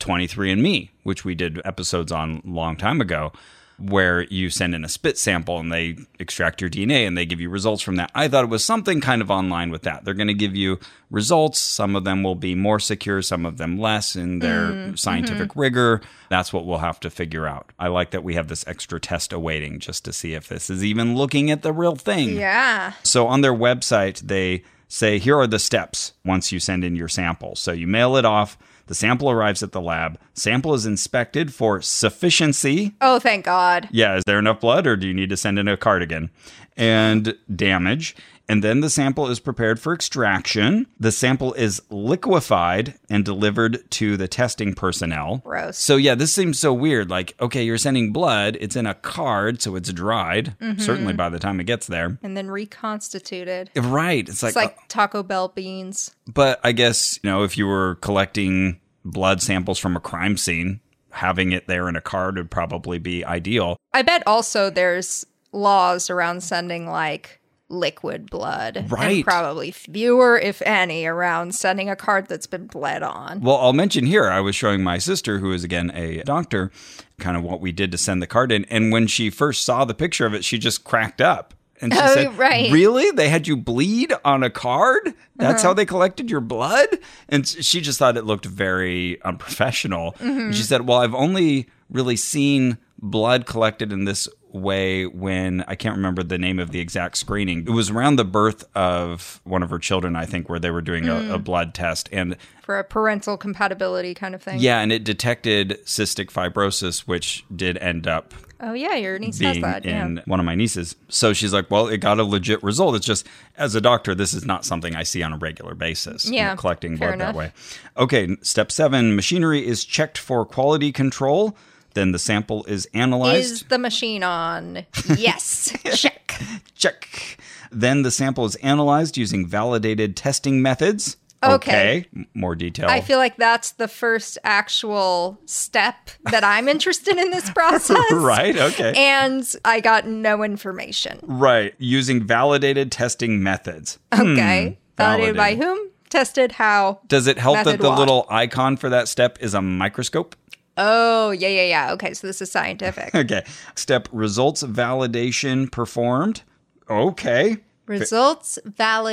B: 23andMe, which we did episodes on a long time ago, where you send in a spit sample and they extract your DNA and they give you results from that. I thought it was something kind of online with that. They're going to give you results. Some of them will be more secure, some of them less in their scientific rigor. That's what we'll have to figure out. I like that we have this extra test awaiting just to see if this is even looking at the real thing.
A: Yeah.
B: So on their website, they say, here are the steps once you send in your sample. So you mail it off, the sample arrives at the lab, sample is inspected for sufficiency.
A: Oh, thank God.
B: Yeah, is there enough blood or do you need to send in a cardigan? And damage. And then the sample is prepared for extraction. The sample is liquefied and delivered to the testing personnel.
A: Gross.
B: So yeah, this seems so weird. Like, okay, you're sending blood, it's in a card, so it's dried, certainly by the time it gets there.
A: and then reconstituted.
B: Right. It's like, uh,
A: It's like Taco Bell beans.
B: but I guess, you know, if you were collecting blood samples from a crime scene, having it there in a card would probably be ideal.
A: I bet also there's laws around sending like liquid blood. and
B: Right.
A: probably fewer, if any, around sending a card that's been bled on.
B: Well, I'll mention here, I was showing my sister, who is again a doctor, kind of what we did to send the card in. And when she first saw the picture of it, she just cracked up. And she
A: Oh,
B: said,
A: right.
B: Really? They had you bleed on a card? That's
A: Uh-huh.
B: how they collected your blood? And s- she just thought it looked very unprofessional.
A: Mm-hmm.
B: And She said, Well, I've only really seen blood collected in this way when I can't remember the name of the exact screening. It was around the birth of one of her children, I think, where they were doing a, a
A: Mm.
B: blood test. And
A: For a parental compatibility kind of thing.
B: yeah, and it detected cystic fibrosis, which did end up
A: Oh yeah, your niece has
B: being
A: that. Yeah.
B: in one of my nieces. So she's like, "Well, it got a legit result. It's just as a doctor, this is not something I see on a regular basis. you know,
A: Yeah,
B: collecting blood
A: fair
B: that
A: enough.
B: way." Okay, n- step seven: machinery is checked for quality control. Then the sample is analyzed.
A: Is the machine on? Yes. Check.
B: Check. Then the sample is analyzed using validated testing methods.
A: Okay.
B: M- More detail.
A: I feel like that's the first actual step that I'm interested in this process.
B: right. Okay.
A: And I got no information.
B: right. Using validated testing methods.
A: Okay. Validated by
B: Hmm. Validated.
A: whom? Tested how?
B: Does it help that
A: Method
B: the
A: what?
B: little icon for that step is a microscope?
A: Oh, yeah, yeah, yeah. Okay, so this is scientific.
B: Okay. Step results validation performed. Okay.
A: Results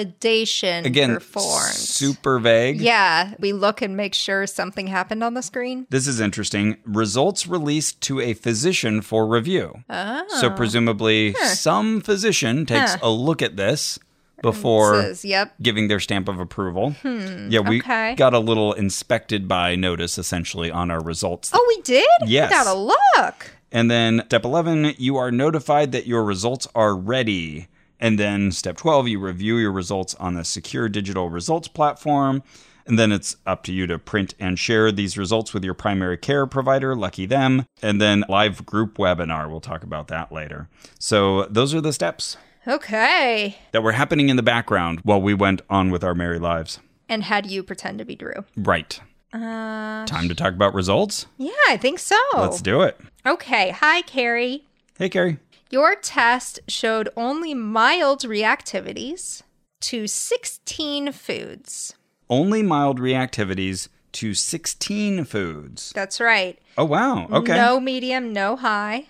A: validation
B: Again,
A: performed.
B: super vague.
A: yeah, we look and make sure something happened on the screen.
B: This is interesting. Results released to a physician for review.
A: Oh.
B: So presumably some physician takes a look at this before
A: Says, yep.
B: giving their stamp of approval. yeah, we
A: Hmm. okay.
B: got a little inspected by notice essentially on our results.
A: Oh, we did?
B: Yes.
A: We got a look.
B: And then step 11, you are notified that your results are ready. And then step 12, you review your results on the secure digital results platform. And then it's up to you to print and share these results with your primary care provider, lucky them. And then live group webinar, we'll talk about that later. So those are the steps
A: Okay.
B: that were happening in the background while we went on with our merry lives.
A: And had you pretend to be Drew?
B: Right.
A: Uh, Oh.
B: Time to talk about results.
A: yeah, I think so.
B: Let's do it.
A: okay. Hi, Carrie.
B: Hey, Carrie.
A: Your test showed only mild reactivities to 16 foods.
B: Only mild reactivities to 16 foods.
A: That's right.
B: Oh, wow. Okay.
A: No medium, no high.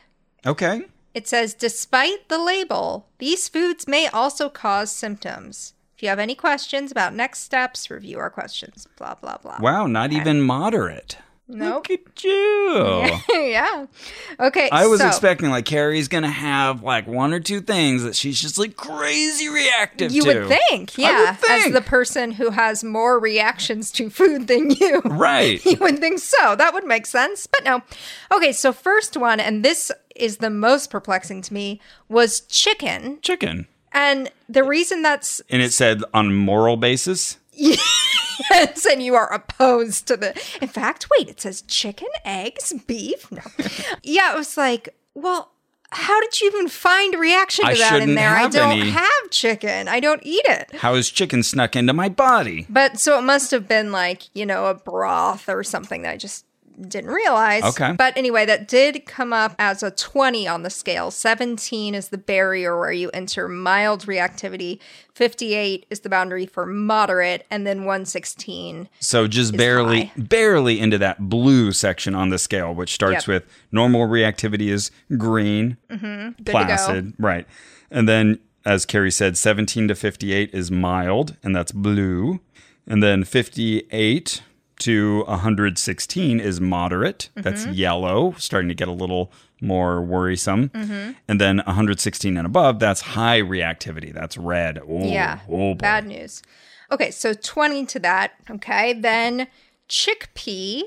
B: Okay.
A: It says, despite the label, these foods may also cause symptoms. If you have any questions about next steps, review our questions. Blah, blah, blah.
B: Wow. Not even moderate.
A: Nope.
B: Look at you.
A: yeah. Okay.
B: I was
A: so,
B: expecting like Carrie's gonna have like one or two things that she's just like crazy reactive
A: You
B: to.
A: would think, yeah, as
B: think.
A: the person who has more reactions to food than you.
B: Right.
A: You would think so. That would make sense, but no. Okay, so first one, and this is the most perplexing to me, was chicken.
B: Chicken.
A: And the reason that's
B: And it said on moral basis.
A: yes, and you are opposed to the. In fact, wait, it says chicken, eggs, beef. No. yeah, it was like, well, how did you even find a reaction to
B: I
A: that in
B: shouldn't
A: there? I
B: have
A: don't
B: any.
A: have chicken. I don't eat it.
B: How is chicken snuck into my body?
A: But so it must have been like, you know, a broth or something that I just didn't realize.
B: Okay.
A: But anyway, that did come up as a 20 on the scale. 17 is the barrier where you enter mild reactivity, 58 is the boundary for moderate, and then 116.
B: So just barely
A: high.
B: barely into that blue section on the scale, which
A: Yep.
B: starts with normal reactivity is green,
A: Mm-hmm. Good to
B: placid. Right. And then as Carrie said, 17 to 58 is mild, and that's blue. And then 58 to 116 is moderate. That's
A: Mm-hmm.
B: yellow, starting to get a little more worrisome.
A: Mm-hmm.
B: And then 116 and above, that's high reactivity. That's red. Oh,
A: go. Yeah.
B: oh boy.
A: Bad news. Okay, so 20 to that. Okay. Then chickpea.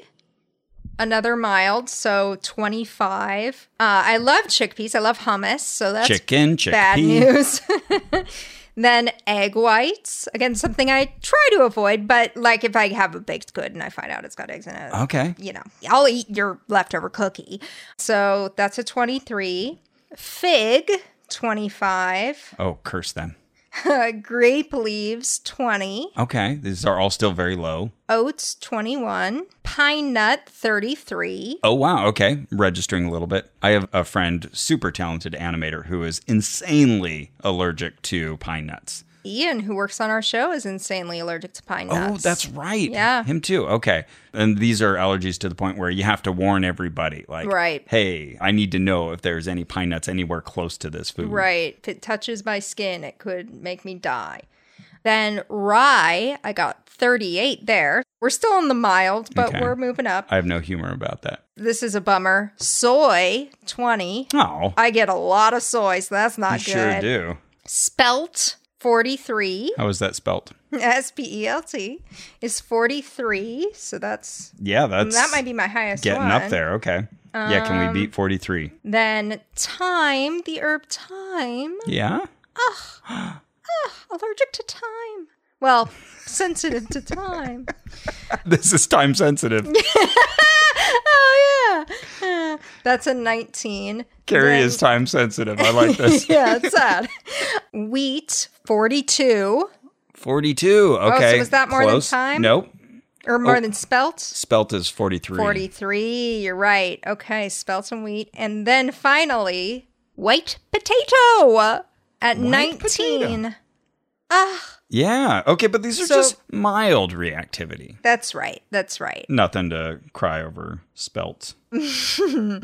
A: Another mild, so 25. Uh, I love chickpeas. I love hummus, so that's
B: Chicken, chickpea.
A: bad news. then egg whites. Again, something I try to avoid, but like if I have a baked good and I find out it's got eggs in it,
B: Okay.
A: you know, I'll eat your leftover cookie. So that's a 23. Fig, 25.
B: Oh, curse them.
A: Grape leaves, 20.
B: Okay. These are all still very low.
A: Oats, 21. Pine nut, 33.
B: Oh, wow. Okay. Registering a little bit. I have a friend, super talented animator, who is insanely allergic to pine nuts.
A: Ian, who works on our show, is insanely allergic to pine nuts.
B: Oh, that's right.
A: Yeah.
B: Him too. Okay. And these are allergies to the point where you have to warn everybody like,
A: Right.
B: hey, I need to know if there's any pine nuts anywhere close to this food.
A: Right. If it touches my skin, it could make me die. Then rye, I got 38 there. We're still in the mild, but
B: Okay.
A: we're moving up.
B: I have no humor about that.
A: This is a bummer. Soy, 20.
B: Oh,
A: I get a lot of soy, so that's not
B: I
A: good.
B: sure do.
A: Spelt, 43.
B: How is that spelt?
A: S P E L T is 43. So that's,
B: Yeah, that's
A: that might be Um, my highest
B: getting
A: one.
B: up there. Okay. yeah, can we beat 43?
A: Then thyme, the herb thyme.
B: Yeah.
A: Allergic to thyme. Well, sensitive to thyme.
B: This is time sensitive.
A: Oh yeah, Uh, that's a nineteen.
B: Carrie
A: Then-
B: is time sensitive. I like this.
A: yeah, it's sad. Wheat forty-two
B: 42. Okay.
A: Oh, so was that more than
B: Close.
A: time?
B: Nope.
A: or more
B: Oh.
A: than spelt.
B: Spelt is 43.
A: Forty-three. You're right. Okay, spelt and wheat, and then finally white potato at nineteen.
B: Yeah. Okay, but these are
A: So-
B: just mild reactivity.
A: That's right. That's right.
B: Nothing to cry over spelt.
A: And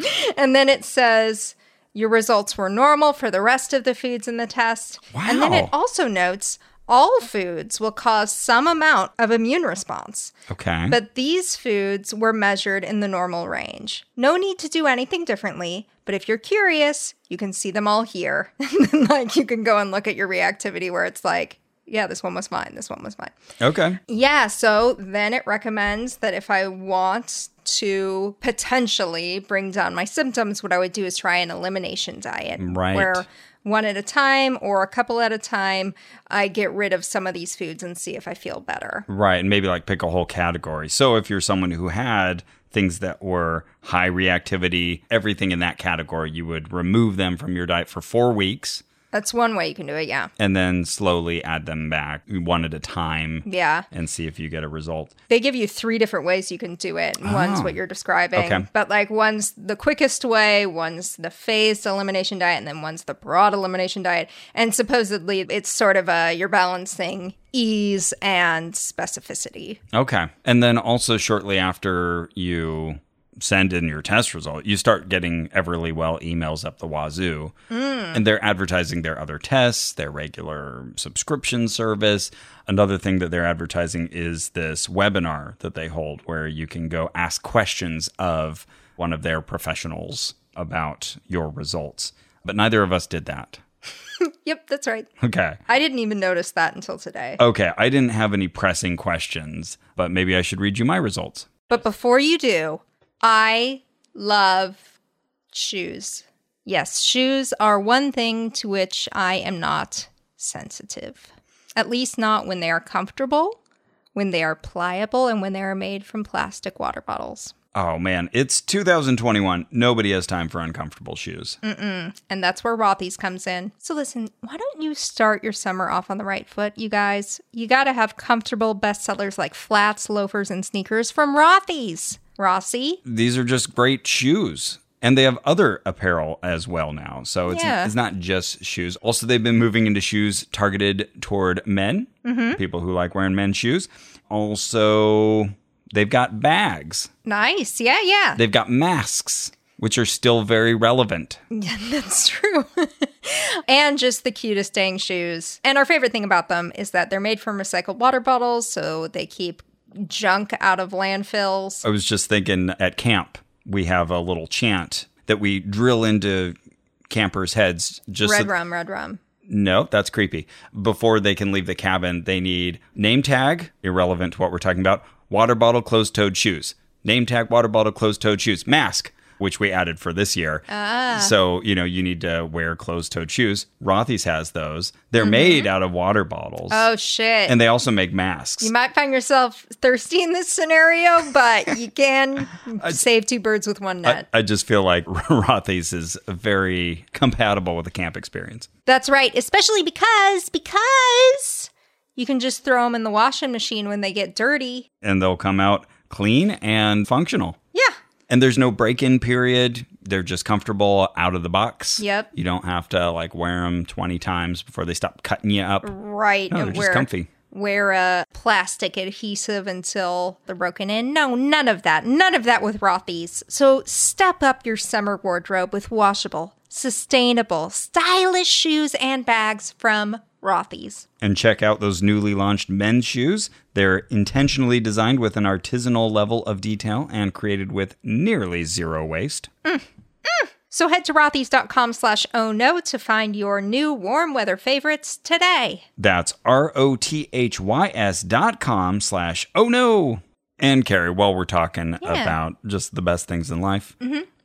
A: then it says your results were normal for the rest of the foods in the test. And then it
B: Wow.
A: also notes all foods will cause some amount of immune response,
B: Okay.
A: but these foods were measured in the normal range. No need to do anything differently, but if you're curious, you can see them all here. and then, like, you can go and look at your reactivity where it's like, yeah, this one was fine, this one was fine.
B: okay.
A: Yeah, so then it recommends that if I want to potentially bring down my symptoms, what I would do is try an elimination diet.
B: Right.
A: Where one at a time or a couple at a time, I get rid of some of these foods and see if I feel better.
B: Right. And maybe like pick a whole category. So if you're someone who had things that were high reactivity, everything in that category, you would remove them from your diet for four weeks.
A: That's one way you can do it. Yeah.
B: and then slowly add them back one at a time
A: Yeah.
B: and see if you get a result.
A: They give you three different ways you can do it. and One's
B: Oh.
A: what you're describing.
B: Okay.
A: But like one's the quickest way, one's the phased elimination diet, and then one's the broad elimination diet. And supposedly it's sort of a you're balancing ease and specificity.
B: Okay. And then also shortly after you send in your test result, you start getting Everly Well emails up the wazoo. And they're advertising their other tests, their regular subscription service. Another thing that they're advertising is this webinar that they hold where you can go ask questions of one of their professionals about your results. But neither of us did that.
A: Yep, that's right.
B: Okay.
A: I didn't even notice that until today.
B: Okay, I didn't have any pressing questions, but maybe I should read you my results.
A: But before you do, I love shoes. Yes, shoes are one thing to which I am not sensitive, at least not when they are comfortable, when they are pliable, and when they are made from plastic water bottles.
B: Oh man, it's 2021. Nobody has time for uncomfortable shoes.
A: And that's where Rothy's comes in. So listen, why don't you start your summer off on the right foot, you guys? You got to have comfortable bestsellers like flats, loafers, and sneakers from Rothy's. Rossi,
B: These are just great shoes. And they have other apparel as well now. So it's,
A: Yeah.
B: it's not just shoes. Also, they've been moving into shoes targeted toward men, people who like wearing men's shoes. Also, they've got bags,
A: nice. Yeah, yeah.
B: they've got masks, which are still very relevant.
A: That's true. and just the cutest dang shoes. And our favorite thing about them is that they're made from recycled water bottles, so they keep junk out of landfills.
B: I was just thinking at camp, we have a little chant that we drill into campers' heads just
A: Red
B: so-
A: rum, red rum.
B: no, that's creepy. Before they can leave the cabin, they need name tag, irrelevant to what we're talking about, water bottle, closed toed shoes. Name tag, water bottle, closed toed shoes, mask, which we added for this year.
A: Ah.
B: So, you know, you need to wear closed toed shoes. Rothy's has those. They're made out of water bottles.
A: Mm-hmm. Oh shit.
B: and they also make masks.
A: you might find yourself thirsty in this scenario, but you can save two birds with one net.
B: I just feel like Rothy's is very compatible with the camp experience.
A: That's right, especially because because you can just throw them in the washing machine when they get dirty.
B: And they'll come out clean and functional.
A: Yeah.
B: And there's no break in period. They're just comfortable out of the box.
A: Yep.
B: You don't have to like wear them 20 times before they stop cutting you up.
A: Right.
B: No,
A: and
B: Oh, they're just
A: wear-
B: comfy.
A: wear a plastic adhesive until they're broken in. No, none of that. None of that with Rothy's. So step up your summer wardrobe with washable, sustainable, stylish shoes and bags from Rothy's.
B: And check out those newly launched men's shoes. They're intentionally designed with an artisanal level of detail and created with nearly zero waste.
A: So head to rothys.com slash oh no to find your new warm weather favorites today.
B: That's R O T H Y S dot com slash oh no. And Carrie, while we're talking
A: Yeah. Mm-hmm.
B: about just the best things in life,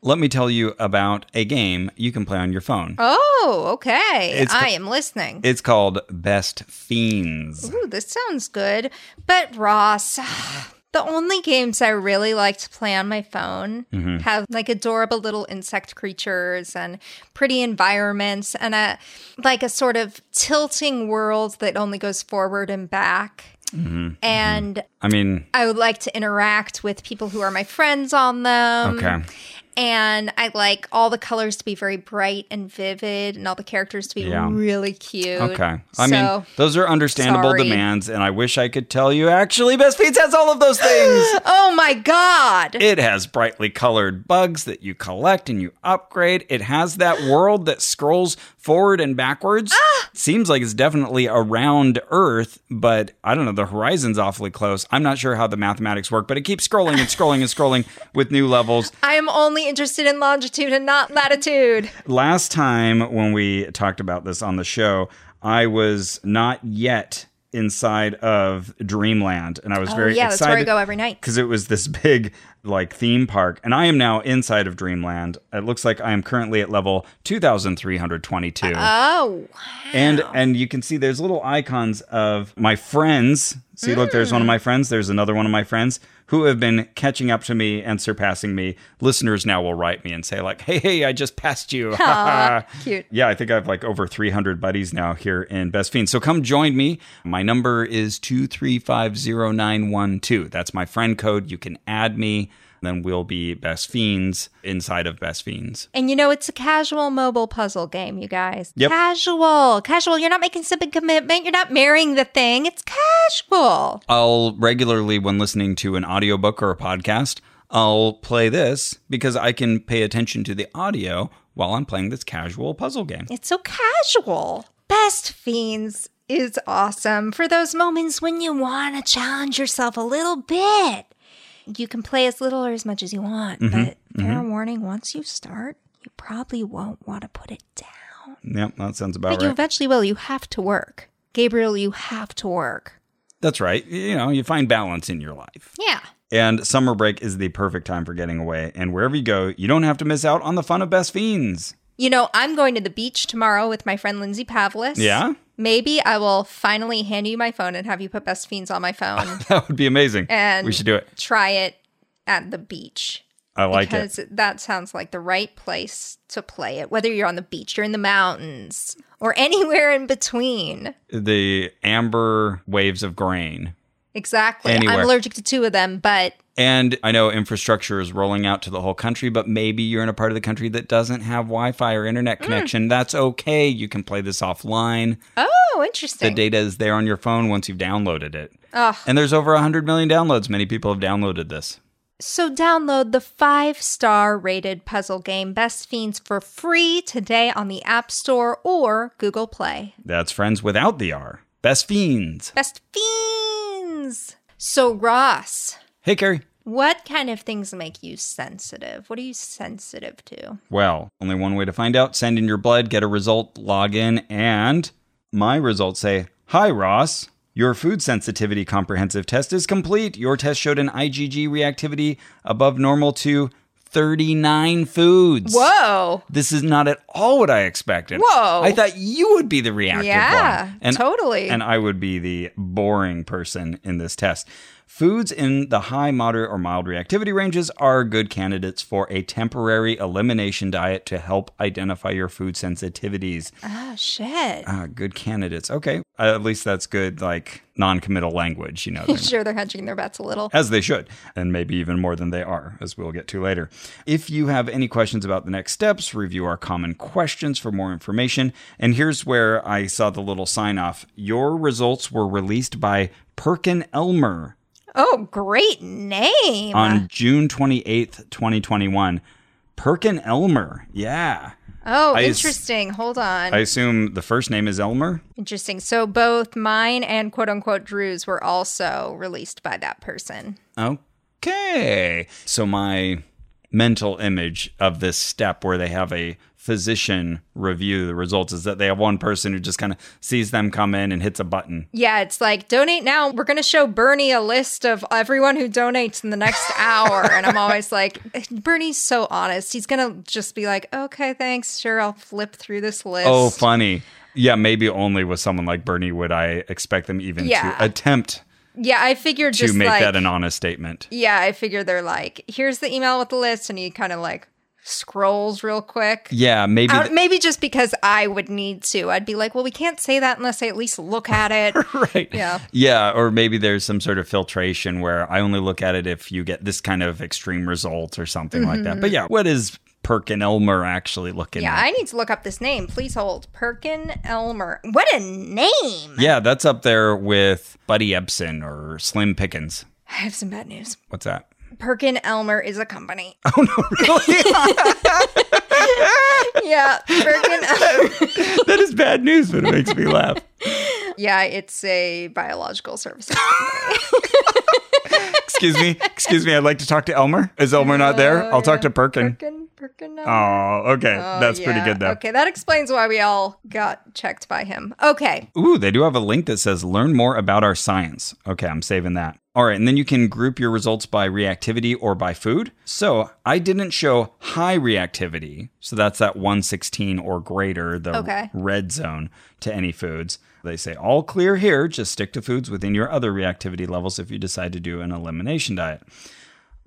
B: let me tell you about a game you can play on your phone.
A: Oh, okay.
B: It's
A: I am listening.
B: It's called Best Fiends.
A: Ooh, this sounds good. But Ross, the only games I really like to play on my phone
B: Mm-hmm.
A: have like adorable little insect creatures and pretty environments and a like a sort of tilting world that only goes forward and back.
B: Mm-hmm.
A: And
B: I mean,
A: I would like to interact with people who are my friends on them.
B: okay.
A: And I like all the colors to be very bright and vivid and all the characters to be
B: Yeah.
A: really cute.
B: Okay.
A: so-
B: I mean, those are understandable
A: sorry.
B: demands, and I wish I could tell you actually, Best Fiends has all of those things.
A: Oh my God.
B: It has brightly colored bugs that you collect and you upgrade. It has that world that scrolls forward and backwards.
A: Ah!
B: Seems like it's definitely around Earth, but I don't know. The horizon's awfully close. I'm not sure how the mathematics work, but it keeps scrolling and scrolling and scrolling with new levels.
A: I am only interested in longitude and not latitude.
B: Last time when we talked about this on the show, I was not yet inside of Dreamland, and I was very
A: Oh, yeah, that's where I
B: excited
A: go every night.
B: because it was this big like theme park and i am now inside of dreamland it looks like i am currently at level 2322
A: Oh,
B: and and you can see there's little icons of my friends See, look, there's
A: Hmm.
B: one of my friends. There's another one of my friends who have been catching up to me and surpassing me. Listeners now will write me and say, like, hey, hey, I just passed you.
A: Cute.
B: Yeah, I think I have like over 300 buddies now here in Best Fiends. So come join me. My number is 2350912. That's my friend code. You can add me. and Then we'll be Best Fiends inside of Best Fiends.
A: And you know, it's a casual mobile puzzle game, you guys.
B: Yep.
A: Casual, casual. You're not making some big commitment. You're not marrying the thing. It's casual.
B: I'll regularly, when listening to an audiobook or a podcast, I'll play this because I can pay attention to the audio while I'm playing this casual puzzle game.
A: It's so casual. Best Fiends is awesome for those moments when you want to challenge yourself a little bit. You can play as little or as much as you want, but fair warning, once you start, you probably won't want to put it down.
B: Yep, that sounds
A: But
B: about
A: you
B: right.
A: eventually will. You have to work. Gabriel, you have to work.
B: That's right. You know, you find balance in your life.
A: Yeah.
B: And summer break is the perfect time for getting away. And wherever you go, you don't have to miss out on the fun of Best Fiends.
A: You know, I'm going to the beach tomorrow with my friend Lindsay Pavlis.
B: Yeah?
A: Maybe I will finally hand you my phone and have you put Best Fiends on my phone
B: That would be amazing.
A: and
B: we should do it.
A: try it at the beach.
B: I like it.
A: because that sounds like the right place to play it, whether you're on the beach, you're in the mountains, or anywhere in between.
B: The amber waves of grain.
A: Exactly.
B: Anywhere.
A: I'm allergic to two of them, but
B: And I know infrastructure is rolling out to the whole country, but maybe you're in a part of the country that doesn't have Wi Fi or internet connection. That's okay. You can play this offline.
A: oh,
B: The
A: interesting.
B: data is there on your phone once you've downloaded it.
A: Ugh.
B: And there's over 100 million downloads. Many people have downloaded this.
A: So download the five star rated puzzle game Best Fiends for free today on the App Store or Google Play.
B: That's friends without the R. Best fiends.
A: Best Fiends! So, Ross,
B: Hey, Carrie.
A: what kind of things make you sensitive? What are you sensitive to?
B: Well, only one way to find out send in your blood, get a result, log in, and my results say Hi, Ross. Your food sensitivity comprehensive test is complete. Your test showed an IgG reactivity above normal to 39 foods.
A: Whoa!
B: This is not at all what I expected.
A: Whoa.
B: I thought you would be the reactive
A: Yeah,
B: one.
A: totally.
B: And I would be the boring person in this test. Foods in the high, moderate, or mild reactivity ranges are good candidates for a temporary elimination diet to help identify your food sensitivities.
A: Oh, shit.
B: Ah, good candidates. Okay. Uh, at least that's good, like non committal language, you know. they're-
A: sure they're hedging their bets a little.
B: as they should, and maybe even more than they are, as we'll get to later. If you have any questions about the next steps, review our common questions for more information. And here's where I saw the little sign off Your results were released by Perkin Elmer
A: Oh, great name.
B: on June 28th, 2021. Perkin Elmer. Yeah.
A: oh,
B: I s-
A: interesting. Hold on.
B: I assume the first name is Elmer.
A: interesting. So both mine and quote unquote Drew's were also released by that person.
B: Okay. So my mental image of this step where they have a physician review the results is that they have one person who just kind of sees them come in and hits a button.
A: Yeah, it's like donate now. We're going to show Bernie a list of everyone who donates in the next hour. and I'm always like, "Eh, Bernie's so honest. He's going to just be like, okay, thanks. Sure, I'll flip through this list.
B: Oh, funny. Yeah, maybe only with someone like Bernie would I expect them even
A: Yeah.
B: to attempt
A: yeah, I figured
B: to
A: just
B: make
A: like,
B: that an honest statement.
A: yeah, I figure they're like, here's the email with the list. And he kind of like scrolls real quick.
B: Yeah, maybe
A: Uh,
B: th-
A: maybe just because I would need to. I'd be like, well, we can't say that unless I at least look at it.
B: right.
A: Yeah.
B: Yeah, or maybe there's some sort of filtration where I only look at it if you get this kind of extreme result or something like that. But yeah, what is Perkin Elmer actually looking
A: Mm-hmm. yeah,
B: at?
A: I need to look up this name. Please hold. Perkin Elmer. What a name.
B: Yeah, that's up there with Buddy Ebsen or Slim Pickens.
A: I have some bad news.
B: What's that?
A: Perkin Elmer is a company.
B: Oh no, really?
A: yeah, Perkin Elmer.
B: that is bad news, but it makes me laugh.
A: Yeah, it's a biological services.
B: Excuse me, excuse me. I'd like to talk to Elmer. Is Elmer not there? I'll talk to Perkin.
A: Perkin, Perkin Elmer.
B: Oh, okay,
A: Oh,
B: that's pretty
A: yeah.
B: good though.
A: Okay, that explains why we all got checked by him. Okay,
B: Ooh, they do have a link that says "Learn more about our science." Okay, I'm saving that. All right, and then you can group your results by reactivity or by food. So I didn't show high reactivity. So that's that 116 or greater, the
A: Okay.
B: red zone to any foods. They say all clear here, just stick to foods within your other reactivity levels if you decide to do an elimination diet.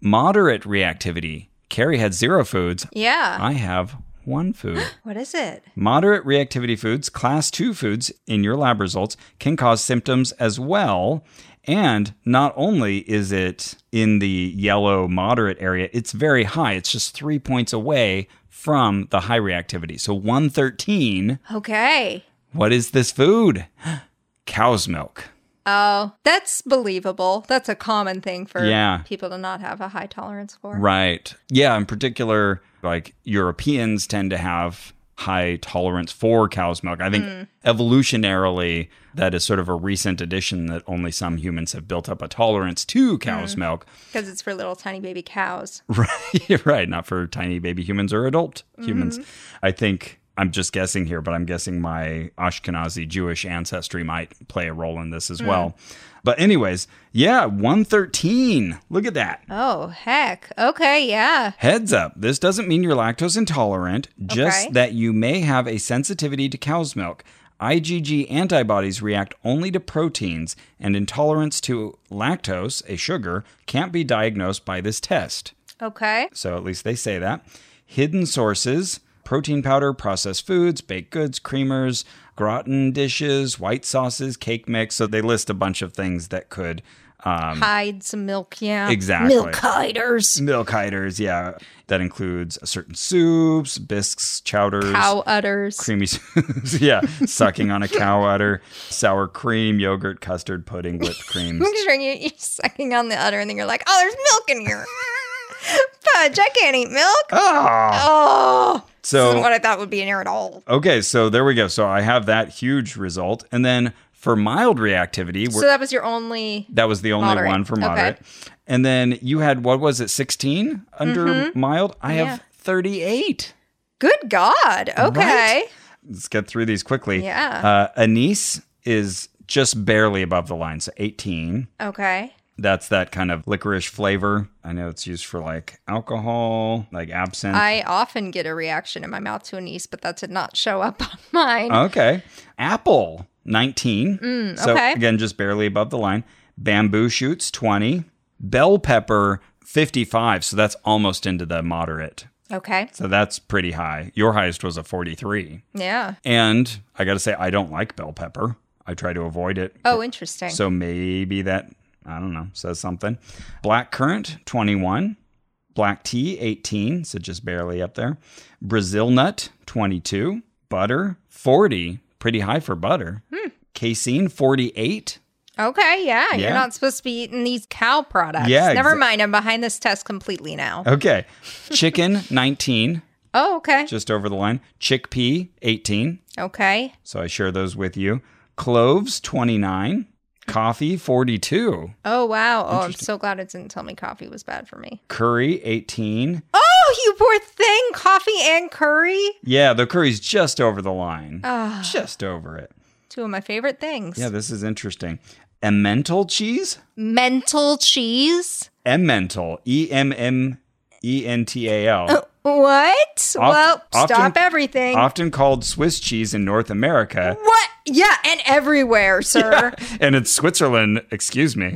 B: Moderate reactivity. Carrie had zero foods.
A: Yeah.
B: I have one food.
A: What is it?
B: Moderate reactivity foods, class 2 foods in your lab results can cause symptoms as well. And not only is it in the yellow moderate area, it's very high. It's just three points away from the high reactivity. So 113,
A: Okay.
B: what is this food? Cow's milk.
A: Oh, that's believable. That's a common thing for
B: Yeah.
A: people to not have a high tolerance for.
B: Right. Yeah. In particular, like Europeans tend to have high tolerance for cow's milk. I think evolutionarily, that is sort of a recent addition that only some humans have built up a tolerance to cow's milk.
A: Because it's for little tiny baby cows.
B: Right. right. Not for tiny baby humans or adult humans. I think. I'm just guessing here, but I'm guessing my Ashkenazi Jewish ancestry might play a role in this as well. But, anyways, yeah, 113. Look at that.
A: Oh, heck. Okay. Yeah.
B: Heads up, this doesn't mean you're lactose intolerant, just
A: Okay.
B: that you may have a sensitivity to cow's milk. IgG antibodies react only to proteins, and intolerance to lactose, a sugar, can't be diagnosed by this test.
A: Okay.
B: So at least they say that. Hidden sources protein powder, processed foods, baked goods, creamers, gratin dishes, white sauces, cake mix. So they list a bunch of things that could
A: Hides some milk. Yeah.
B: Um, Exactly.
A: Milk hiders.
B: Milk hiders, yeah. That includes certain soups, bisques, chowders,
A: Cow udders.
B: creamy soups, yeah. Sucking on a cow udder, sour cream, yogurt, custard, pudding, whipped cream.
A: picturing you, you're sucking on the udder and then you're like, oh, there's milk in here. Fudge, I can't eat milk.
B: Ah!
A: Oh, this
B: So
A: isn't what I thought would be in here at all.
B: okay, so there we go. So I have that huge result, and then for mild reactivity, we're,
A: So that was your only.
B: that was the only
A: Moderate.
B: one for
A: Okay.
B: moderate. And then you had what was it, sixteen under mild? I
A: Mm-hmm. Yeah.
B: have thirty-eight.
A: Good God. Okay.
B: let's get through these quickly.
A: Yeah.
B: Uh, anise is just barely above the line, so 18.
A: Okay.
B: That's that kind of licorice flavor. I know it's used for like alcohol, like absinthe.
A: I often get a reaction in my mouth to anise, but that did not show up on mine.
B: okay. Apple, 19. So
A: Mm, okay.
B: again, just barely above the line. Bamboo shoots, 20. Bell pepper, 55. So that's almost into the moderate.
A: okay.
B: Oh. So that's pretty high. Your highest was a 43.
A: Yeah.
B: And I got to say, I don't like bell pepper. I try to avoid it
A: Oh, interesting.
B: So maybe that I don't know says something. Black currant 21, black tea 18, so just barely up there. Brazil nut 22, butter 40, pretty high for butter.
A: Hmm.
B: Casein 48.
A: okay. Yeah. You're
B: Yeah.
A: not supposed to be eating these cow products.
B: Yeah,
A: Never
B: exa- Uh,
A: mind. I'm behind this test completely now.
B: Okay. Chicken 19,
A: oh, okay.
B: just over the line. Chickpea 18.
A: Okay.
B: So I share those with you. Cloves 29, coffee 42,
A: Oh, wow. Oh, I'm so glad it didn't tell me coffee was bad for me.
B: curry 18.
A: Oh, you poor thing. Coffee and curry.
B: Yeah, the curry's just over the line.
A: Ah.
B: Just over it.
A: Two of my favorite things.
B: Yeah, this is interesting. Emmental cheese?
A: Mental cheese.
B: Emmental. E M M E N T A L.
A: What? well,
B: often-
A: stop everything.
B: Often called Swiss cheese in North America.
A: what? Yeah, and everywhere, sir.
B: And it's Switzerland, excuse me.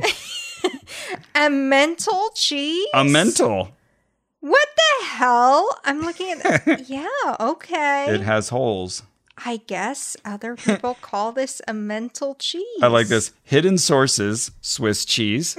A: A mental cheese?
B: Emmental.
A: what the hell? I'm looking at Yeah, okay.
B: It has holes.
A: I guess other people call this a mental cheese.
B: I like this. Hidden sources Swiss cheese,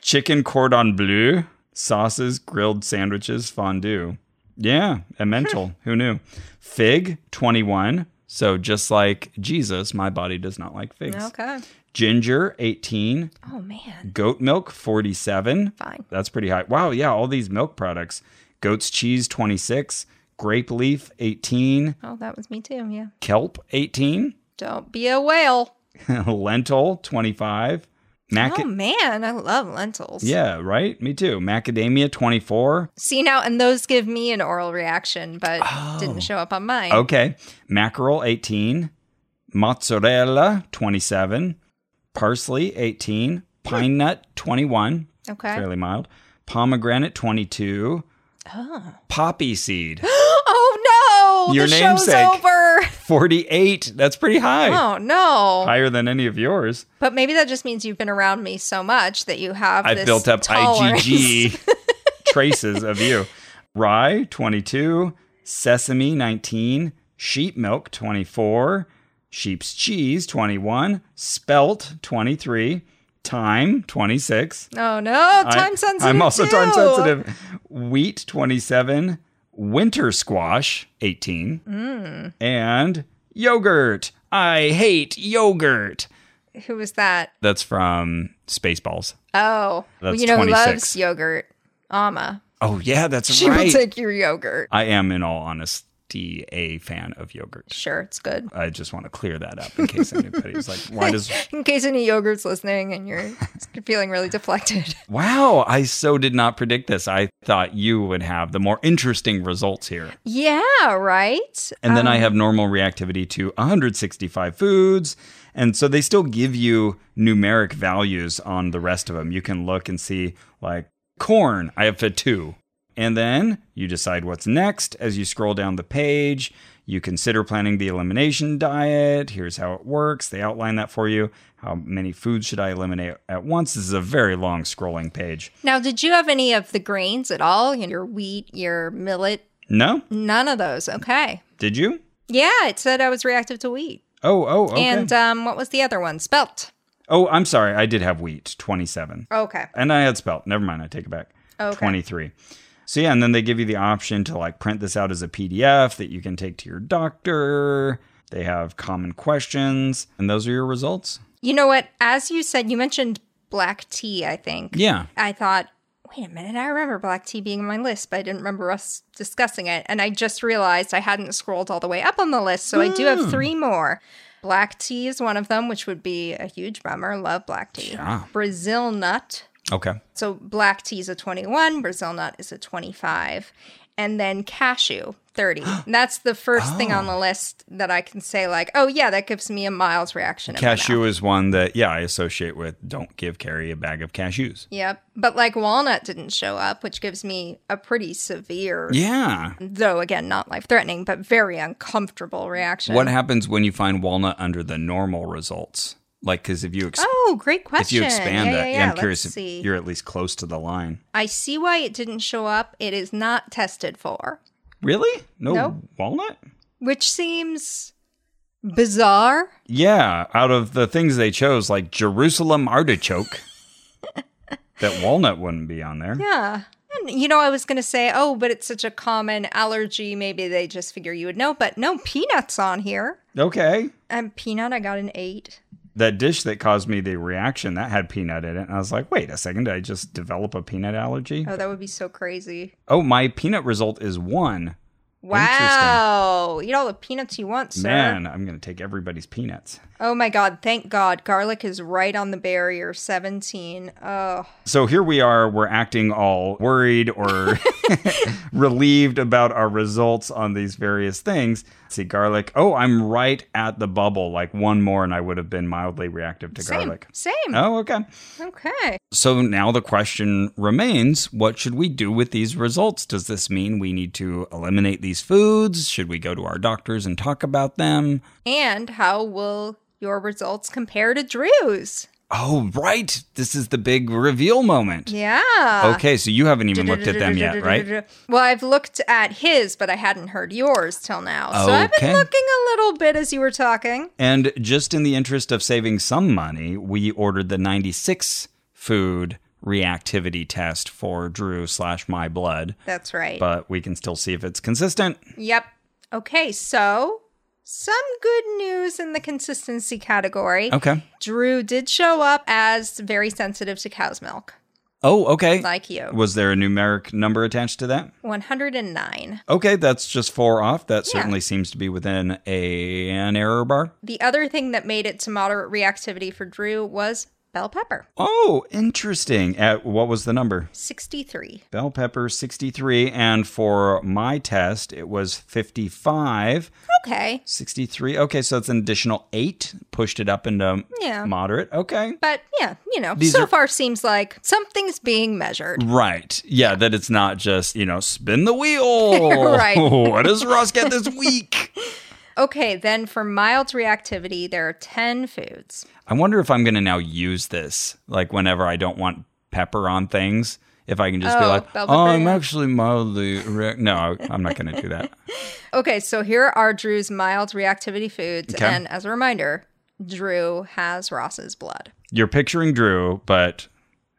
B: chicken cordon bleu, sauces, grilled sandwiches, fondue. Yeah, emmental. Who knew? Fig, 21. So just like Jesus, my body does not like figs.
A: Okay.
B: Ginger, 18.
A: Oh man.
B: Goat milk, 47.
A: Fine.
B: That's pretty high. Wow, yeah, all these milk products. Goat's cheese, 26. Grape leaf, 18.
A: Oh, that was me too. Yeah.
B: Kelp, 18.
A: Don't be a whale.
B: Lentil, 25. Mac-
A: Oh man, I love lentils.
B: Yeah, right? Me too. Macadamia 24.
A: See now, and those give me an oral reaction, but didn't show up on mine.
B: Oh. Okay. Mackerel 18. Mozzarella 27. Parsley 18. pine nut 21,
A: Okay.
B: fairly mild, pomegranate 22,
A: Ah.
B: poppy seed
A: Oh no!
B: Your
A: the
B: namesake.
A: show's over.
B: 48. That's pretty high.
A: Oh no!
B: Higher than any of yours.
A: but maybe that just means you've been around me so much that you have.
B: I've
A: this
B: built up
A: tolerance.
B: IgG traces of you. Rye, 22, sesame, 19, sheep milk, 24, sheep's cheese, 21, spelt, 23, thyme, 26.
A: Oh no!
B: I-
A: Time sensitive.
B: I'm also
A: too.
B: time sensitive. Wheat, 27, winter squash, 18,
A: Mm.
B: and yogurt. I hate yogurt.
A: Who was that?
B: That's from Spaceballs.
A: Oh, well,
B: That's
A: you know who
B: 26.
A: loves yogurt? Ama.
B: Oh, yeah, that's
A: She
B: right.
A: will take your yogurt.
B: I am, in all honesty, a fan of yogurt.
A: Sure, it's good.
B: I just want to clear that up in case anybody's like, why does.
A: In case any yogurt's listening and you're feeling really deflected.
B: Wow, I so did not predict this. I thought you would have the more interesting results here.
A: Yeah, right?
B: And then I have normal reactivity to 165 foods. And so they still give you numeric values on the rest of them. You can look and see, like, corn, I have a two. And then you decide what's next as you scroll down the page. You consider planning the elimination diet. Here's how it works. They outline that for you. How many foods should I eliminate at once? This is a very long scrolling page.
A: Now, did you have any of the grains at all? Your wheat, your millet?
B: No?
A: None of those. Okay.
B: Did you?
A: Yeah, it said I was reactive to wheat.
B: Oh, oh, okay.
A: And um, what was the other one? Spelt.
B: oh, I'm sorry. I did have wheat, 27.
A: Okay.
B: And I had spelt. Never mind. I take it back.
A: Oh, Okay.
B: 23. So, yeah. And then they give you the option to like print this out as a PDF that you can take to your doctor. They have common questions, and those are your results.
A: You know what? As you said, you mentioned black tea, I think.
B: Yeah.
A: I thought, wait a minute, I remember black tea being on my list, but I didn't remember us discussing it. And I just realized I hadn't scrolled all the way up on the list, so I do
B: Hmm.
A: have three more. Black tea is one of them, which would be a huge bummer. Love black tea.
B: Yeah.
A: Brazil nut.
B: Okay.
A: So black tea is a 21, Brazil nut is a 25, and then cashew 30. And that's the first thing
B: Oh.
A: on the list that I can say like, oh yeah, that gives me a mild reaction. in my mouth.
B: Cashew is one that, yeah, I associate with don't give Carrie a bag of cashews.
A: Yep. But like walnut didn't show up, which gives me a pretty severe,
B: Yeah.
A: though again, not life threatening, but very uncomfortable reaction.
B: What happens when you find walnut under the normal results? Like, because if you ex-
A: Oh, great question.
B: if you expand
A: yeah,
B: that,
A: yeah,
B: yeah,
A: yeah.
B: I'm curious
A: Let's
B: if
A: see.
B: you're at least close to the line.
A: I see why it didn't show up. It is not tested for,
B: Really? No
A: Nope.
B: walnut?
A: which seems bizarre.
B: Yeah, out of the things they chose, like Jerusalem artichoke, that walnut wouldn't be on there.
A: Yeah. And, you know, I was going to say, oh, but it's such a common allergy. Maybe they just figure you would know. But no, peanuts on here.
B: Okay.
A: And peanut, I got an eight.
B: That dish that caused me the reaction that had peanut in it, and I was like, wait a second, did I just develop a peanut allergy?
A: Oh, that would be so crazy.
B: Oh, my peanut result is one.
A: Wow. Eat all the peanuts you want, sir.
B: Man, I'm gonna take everybody's peanuts.
A: Oh my God. Thank God. Garlic is right on the barrier 17. Oh,
B: So here we are, we're acting all worried or relieved about our results on these various things. See, garlic. Oh, I'm right at the bubble. Like one more, and I would have been mildly reactive to
A: same.
B: garlic.
A: Same.
B: Oh, okay.
A: Okay.
B: So now the question remains what should we do with these results? Does this mean we need to eliminate these foods? Should we go to our doctors and talk about them?
A: And how will your results compare to Drew's?
B: Oh, right. This is the big reveal moment.
A: Yeah.
B: Okay, so you haven't even looked at them yet, right?
A: Well, I've looked at his, but I hadn't heard yours till now. So I've
B: Okay.
A: been looking a little bit as you were talking.
B: And just in the interest of saving some money, we ordered the 96 food reactivity test for Drew slash my blood,
A: That's right.
B: but we can still see if it's consistent.
A: Yep. Okay, so some good news in the consistency category.
B: Okay.
A: Drew did show up as very sensitive to cow's milk,
B: Oh, okay.
A: like you.
B: Was there a numeric number attached to that?
A: 109.
B: Okay, that's just four off. That
A: Yeah.
B: certainly seems to be within a an error bar.
A: The other thing that made it to moderate reactivity for Drew was bell pepper.
B: Oh, interesting. At what was the number?
A: 63.
B: Bell pepper 63 and for my test it was 55.
A: Okay.
B: 63. Okay, so it's an additional 8 pushed it up into
A: Yeah.
B: moderate. Okay.
A: But yeah, you know,
B: These
A: so
B: are-
A: far seems like something's being measured.
B: Right. Yeah, that it's not just, you know, spin the wheel.
A: Right.
B: what does Ross get this week?
A: Okay, then for mild reactivity, there are 10 foods.
B: I wonder if I'm going to now use this, like whenever I don't want pepper on things. If I can just be
A: Oh,
B: like,
A: bell
B: oh,
A: pepper,
B: I'm
A: yeah."
B: actually mildly. Re-. No, I- I'm not going to do that.
A: Okay, so here are Drew's mild reactivity foods.
B: Okay.
A: And as a reminder, Drew has Ross's blood
B: You're picturing Drew, but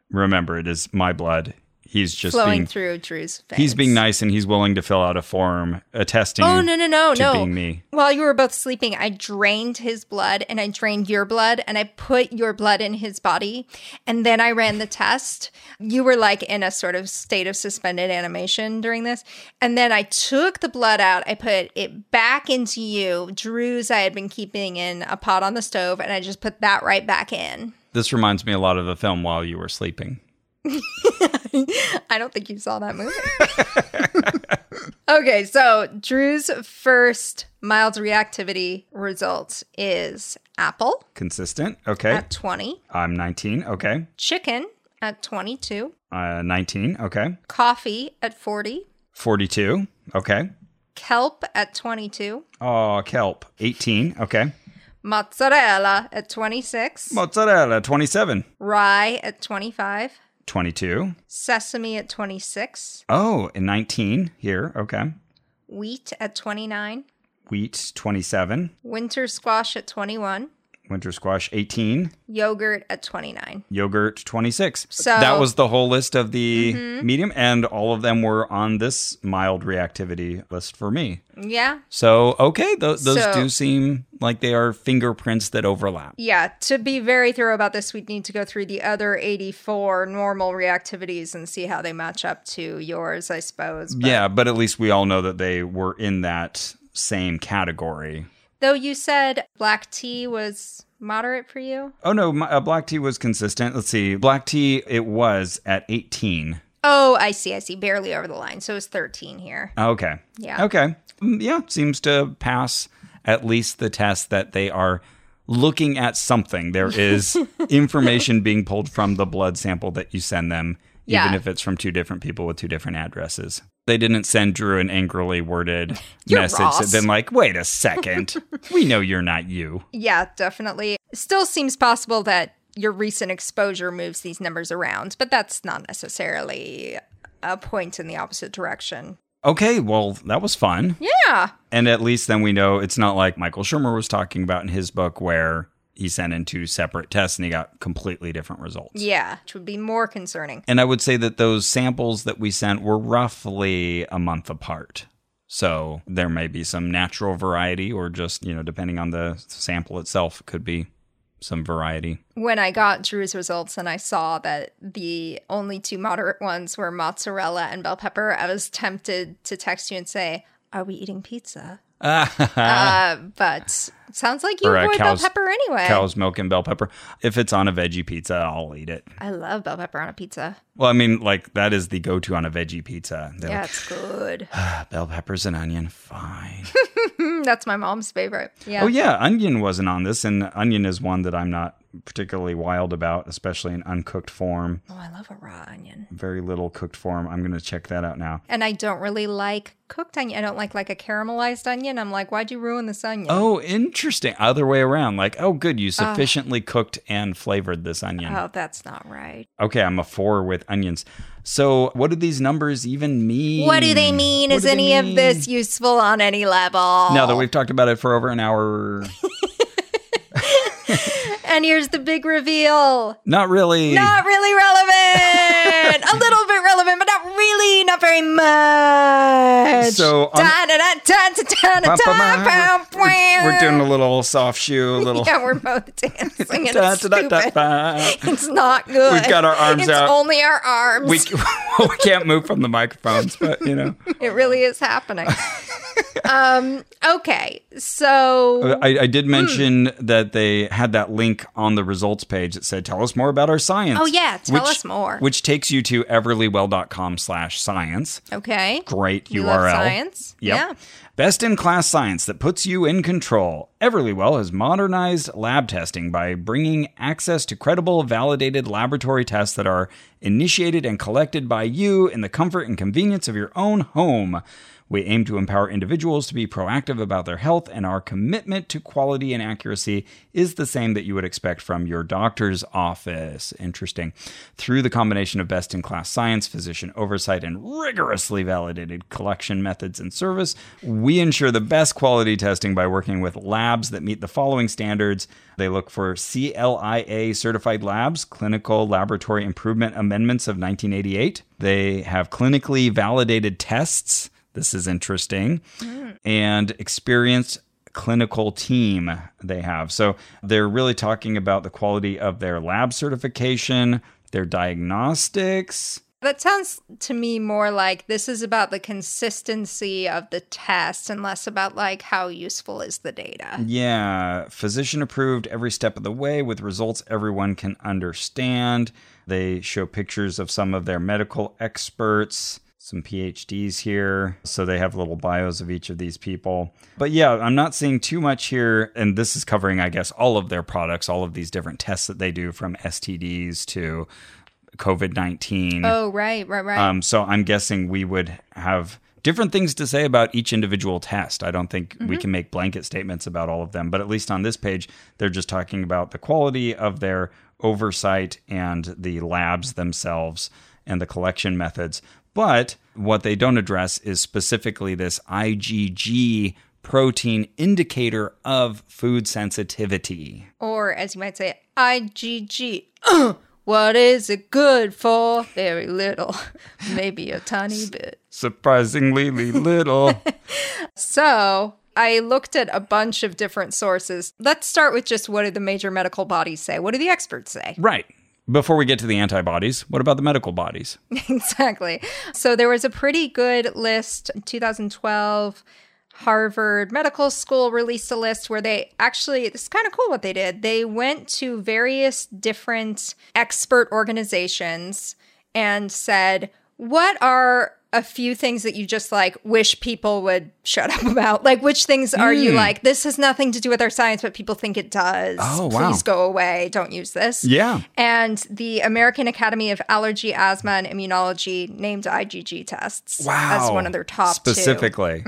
B: remember, it is my blood. He's just
A: flowing
B: being.
A: through Drew's veins.
B: He's being nice and he's willing to fill out a form attesting.
A: Oh, no, no, no,
B: to
A: no.
B: being me.
A: While you were both sleeping, I drained his blood and I drained your blood and I put your blood in his body. And then I ran the test. You were like in a sort of state of suspended animation during this. And then I took the blood out, I put it back into you. Drew's, I had been keeping in a pot on the stove and I just put that right back in.
B: This reminds me a lot of the film while you were sleeping.
A: I don't think you saw that movie. okay, so Drew's first mild reactivity result is apple
B: Consistent. Okay.
A: at 20,
B: I'm 19. Okay.
A: chicken at 22,
B: Uh, 19. Okay.
A: coffee at 40,
B: 42. Okay.
A: kelp at 22,
B: Oh, kelp. 18. Okay.
A: mozzarella at 26,
B: Mozzarella. 27.
A: rye at 25,
B: 22.
A: sesame at 26,
B: Oh, and 19 here. Okay.
A: wheat at 29,
B: Wheat. 27.
A: winter squash at 21,
B: Winter squash. 18.
A: yogurt at 29.
B: Yogurt. 26.
A: So-
B: that was the whole list of the medium, and all of them were on this mild reactivity list for me.
A: Yeah,
B: So, okay. Th- those
A: So-
B: do seem like they are fingerprints that overlap.
A: Yeah, to be very thorough about this, we'd need to go through the other 84 normal reactivities and see how they match up to yours, I suppose. But-
B: Yeah, but at least we all know that they were in that same category.
A: Though you said black tea was moderate for you.
B: Oh no, my, uh, black tea was consistent. Let's see, black tea it was at eighteen.
A: Oh, I see, I see. Barely over the line. So it's 13 here.
B: Okay.
A: Yeah.
B: Okay. Mm, Yeah, seems to pass at least the test that they are looking at something. There is information being pulled from the blood sample that you send them, even
A: Yeah.
B: if it's from two different people with two different addresses. They didn't send Drew an angrily worded
A: You're
B: message that
A: Ross.
B: been like, "Wait a second, we know you're not you."
A: Yeah, definitely. Still seems possible that your recent exposure moves these numbers around, but that's not necessarily a point in the opposite direction.
B: Okay, well, that was fun.
A: Yeah.
B: And at least then we know it's not like Michael Shermer was talking about in his book where he sent in two separate tests and he got completely different results.
A: Yeah, which would be more concerning.
B: And I would say that those samples that we sent were roughly a month apart. So there may be some natural variety or just, you know, depending on the sample itself, could be some variety.
A: when I got Drew's results and I saw that the only two moderate ones were mozzarella and bell pepper, I was tempted to text you and say, "Are we eating pizza?" uh, but sounds like you
B: Or, uh,
A: avoid
B: cow's-
A: bell pepper anyway.
B: Cow's milk and bell pepper. If it's on a veggie pizza, I'll eat it.
A: I love bell pepper on a pizza.
B: Well, I mean, like that is the go to on a veggie pizza. They're
A: Yeah, it's good.
B: like, bell peppers and onion, fine.
A: Mm, That's my mom's favorite. Yeah.
B: Oh yeah, onion wasn't on this, and onion is one that I'm not particularly wild about, especially in uncooked form.
A: Oh, I love a raw onion.
B: Very little cooked form. I'm gonna check that out now.
A: And I don't really like cooked onion. I don't like like a caramelized onion. I'm like, why'd you ruin this onion?
B: Oh, interesting. Other way around. Like, oh, good,
A: Ah.
B: you sufficiently cooked and flavored this onion.
A: oh that's not right.
B: okay, I'm a four with onions. So, what do these numbers even mean?
A: What do they mean?
B: What
A: Is
B: do they
A: any of
B: mean?
A: this useful on any level?
B: Now that we've talked about it for over an hour,
A: And here's the big reveal.
B: not really.
A: Not really relevant. a little bit relevant, but not really. Not very much.
B: So, um,
A: da, da, da, da, da, da, da, da,
B: Ba-ba-ba.
A: da,
B: We're, we're doing a little soft shoe, a little.
A: Yeah, we're both dancing. And
B: Da,
A: it's
B: da, da, da,
A: stupid.
B: da.
A: It's not good.
B: We've got our arms
A: it's
B: out.
A: only our arms.
B: We, we can't move from the microphones, but you know,
A: it really is happening. um. Okay. So
B: I, I did mention that they had that link on the results page that said, "Tell us more about our science."
A: Oh, yeah, tell us more.
B: Which takes you to everlywell.com/science.
A: okay.
B: Great
A: You
B: URL.
A: love science.
B: Yep.
A: Yeah.
B: Best in class science that puts you in control. Everlywell has modernized lab testing by bringing access to credible, validated laboratory tests that are initiated and collected by you in the comfort and convenience of your own home. We aim to empower individuals to be proactive about their health, and our commitment to quality and accuracy is the same that you would expect from your doctor's office. Interesting. Through the combination of best in class science, physician oversight, and rigorously validated collection methods and service, we ensure the best quality testing by working with labs that meet the following standards. They look for CLIA certified labs, Clinical Laboratory Improvement Amendments of 1988. They have clinically validated tests. This is interesting. And experienced clinical team they have. So they're really talking about the quality of their lab certification, their diagnostics.
A: That sounds to me more like this is about the consistency of the test and less about like how useful is the
B: Mm-hmm.
A: data.
B: Yeah, physician approved every step of the way with results everyone can understand. They show pictures of some of their medical experts, some PhDs here. So they have little bios of each of these people. But yeah, I'm not seeing too much here. And this is covering, I guess, all of their products, all of these different tests that they do from STDs to COVID 19.
A: Oh, right, right, right.
B: Um, so I'm guessing we would have different things to say about each individual test. I don't think we can make blanket statements about all of them, but at least on this page, they're just talking about the quality of their oversight and the labs themselves and the collection methods. But what they don't address is specifically this IgG protein indicator of food sensitivity.
A: or as you might say, IgG. Uh, what is it good for? Very little, maybe a tiny bit.
B: Surprisingly little.
A: So I looked at a bunch of different sources. Let's start with just what do the major medical bodies say? What do the experts say?
B: right. Before we get to the antibodies, what about the medical bodies?
A: exactly. So there was a pretty good list in 2012. Harvard Medical School released a list where they actually, it's kind of cool what they did. They went to various different expert organizations and said, What are a few things that you just like wish people would shut up about? Like, which things are
B: Hmm.
A: you like, this has nothing to do with our science, but people think it does?
B: Oh, wow.
A: Please go away. Don't use this.
B: Yeah.
A: And the American Academy of Allergy, Asthma, and Immunology named IgG tests as one of their top two.
B: specifically.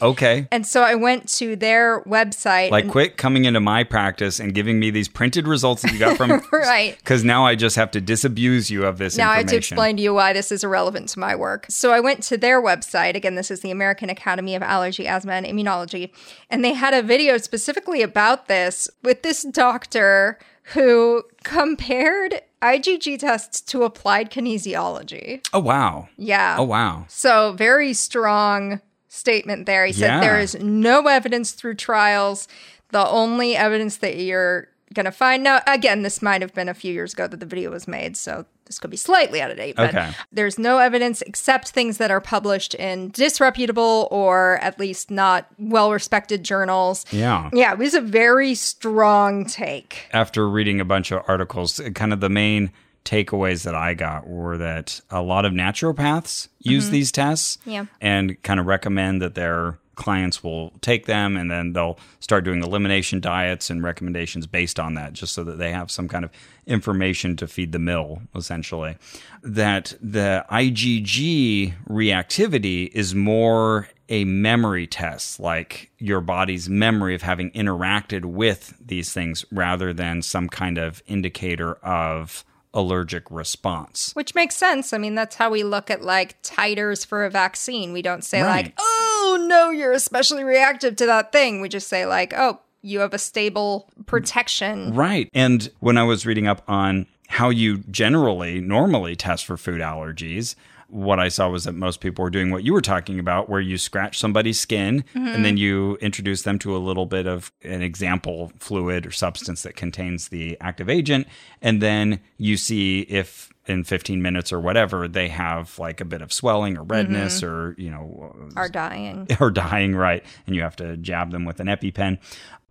B: Okay.
A: And so I went to their website.
B: Like,
A: and-
B: quit coming into my practice and giving me these printed results that you got from.
A: Right.
B: Because now I just have to disabuse you of this
A: now I have
B: information.
A: to explain to you why this is irrelevant to my work. So I went to their website. Again, this is the American Academy of Allergy, Asthma, and Immunology. And they had a video specifically about this with this doctor who compared IgG tests to applied kinesiology.
B: Oh, wow.
A: Yeah.
B: Oh, wow.
A: So, very strong statement there. He said
B: Yeah.
A: there is no evidence through trials. The only evidence that you're going to find now, again, this might have been a few years ago that the video was made. So, this could be slightly out of date, but
B: Okay.
A: there's no evidence except things that are published in disreputable or at least not well respected journals.
B: Yeah.
A: Yeah, it was a very strong take.
B: After reading a bunch of articles, kind of the main takeaways that I got were that a lot of naturopaths use these tests
A: Mm-hmm. Yeah.
B: and kind of recommend that their clients will take them and then they'll start doing elimination diets and recommendations based on that just so that they have some kind of information to feed the mill essentially that the IgG reactivity is more a memory test like your body's memory of having interacted with these things rather than some kind of indicator of allergic response
A: Which makes sense. I mean, that's how we look at like titers for a vaccine. We don't say
B: Right.
A: like, "Oh, no, you're especially reactive to that thing." We just say like, "Oh, you have a stable protection."
B: Right. And when I was reading up on how you generally normally test for food allergies, what I saw was that most people were doing what you were talking about, where you scratch somebody's skin and then you introduce them to a little bit of an example fluid or substance that contains the active agent. And then you see if in 15 minutes or whatever they have like a bit of swelling or redness or, you know,
A: are dying.
B: or dying right and you have to jab them with an epipen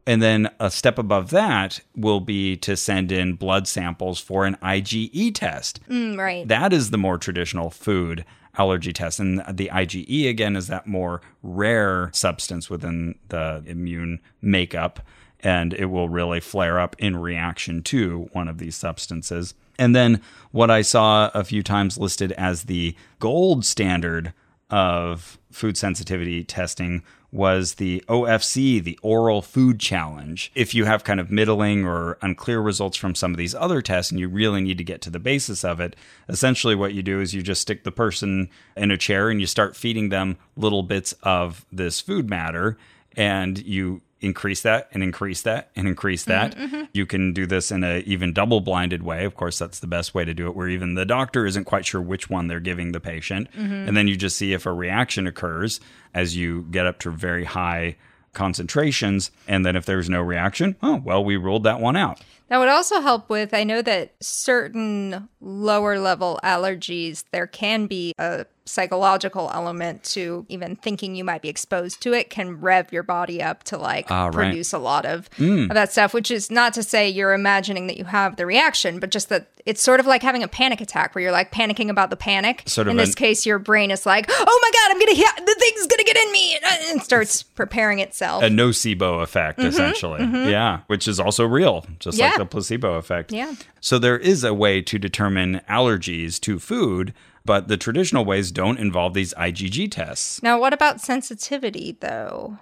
B: and then a step above that will be to send in blood samples for an IgE test.
A: Mm, right.
B: That is the more traditional food allergy test. And the IgE, again, is that more rare substance within the immune makeup. And it will really flare up in reaction to one of these substances. And then what I saw a few times listed as the gold standard of food sensitivity testing was the OFC, the oral food challenge. If you have kind of middling or unclear results from some of these other tests and you really need to get to the basis of it, essentially what you do is you just stick the person in a chair and you start feeding them little bits of this food matter and you increase that and increase that and increase that. You can do this in a even double blinded way. Of course, that's the best way to do it, where even the doctor isn't quite sure which one they're giving the patient. And then you just see if a reaction occurs as you get up to very high concentrations. And then if there's no reaction, oh, well, we ruled that one out.
A: That would also help with. I know that certain lower level allergies, there can be a psychological element to even thinking you might be exposed to it, can rev your body up to like
B: Ah, right. Mm.
A: produce a lot of, of that stuff, which is not to say you're imagining that you have the reaction, but just that it's sort of like having a panic attack where you're like panicking about the panic.
B: Sort of
A: in this
B: an-
A: case, your brain is like, oh my God, I'm going to, hit the thing's going to get in me and, and starts preparing itself.
B: A nocebo effect, essentially. Yeah, which is also real, just like
A: Mm-hmm, Yeah.
B: the placebo effect.
A: Yeah.
B: So there is a way to determine allergies to food, but the traditional ways don't involve these IgG tests.
A: now, what about sensitivity though?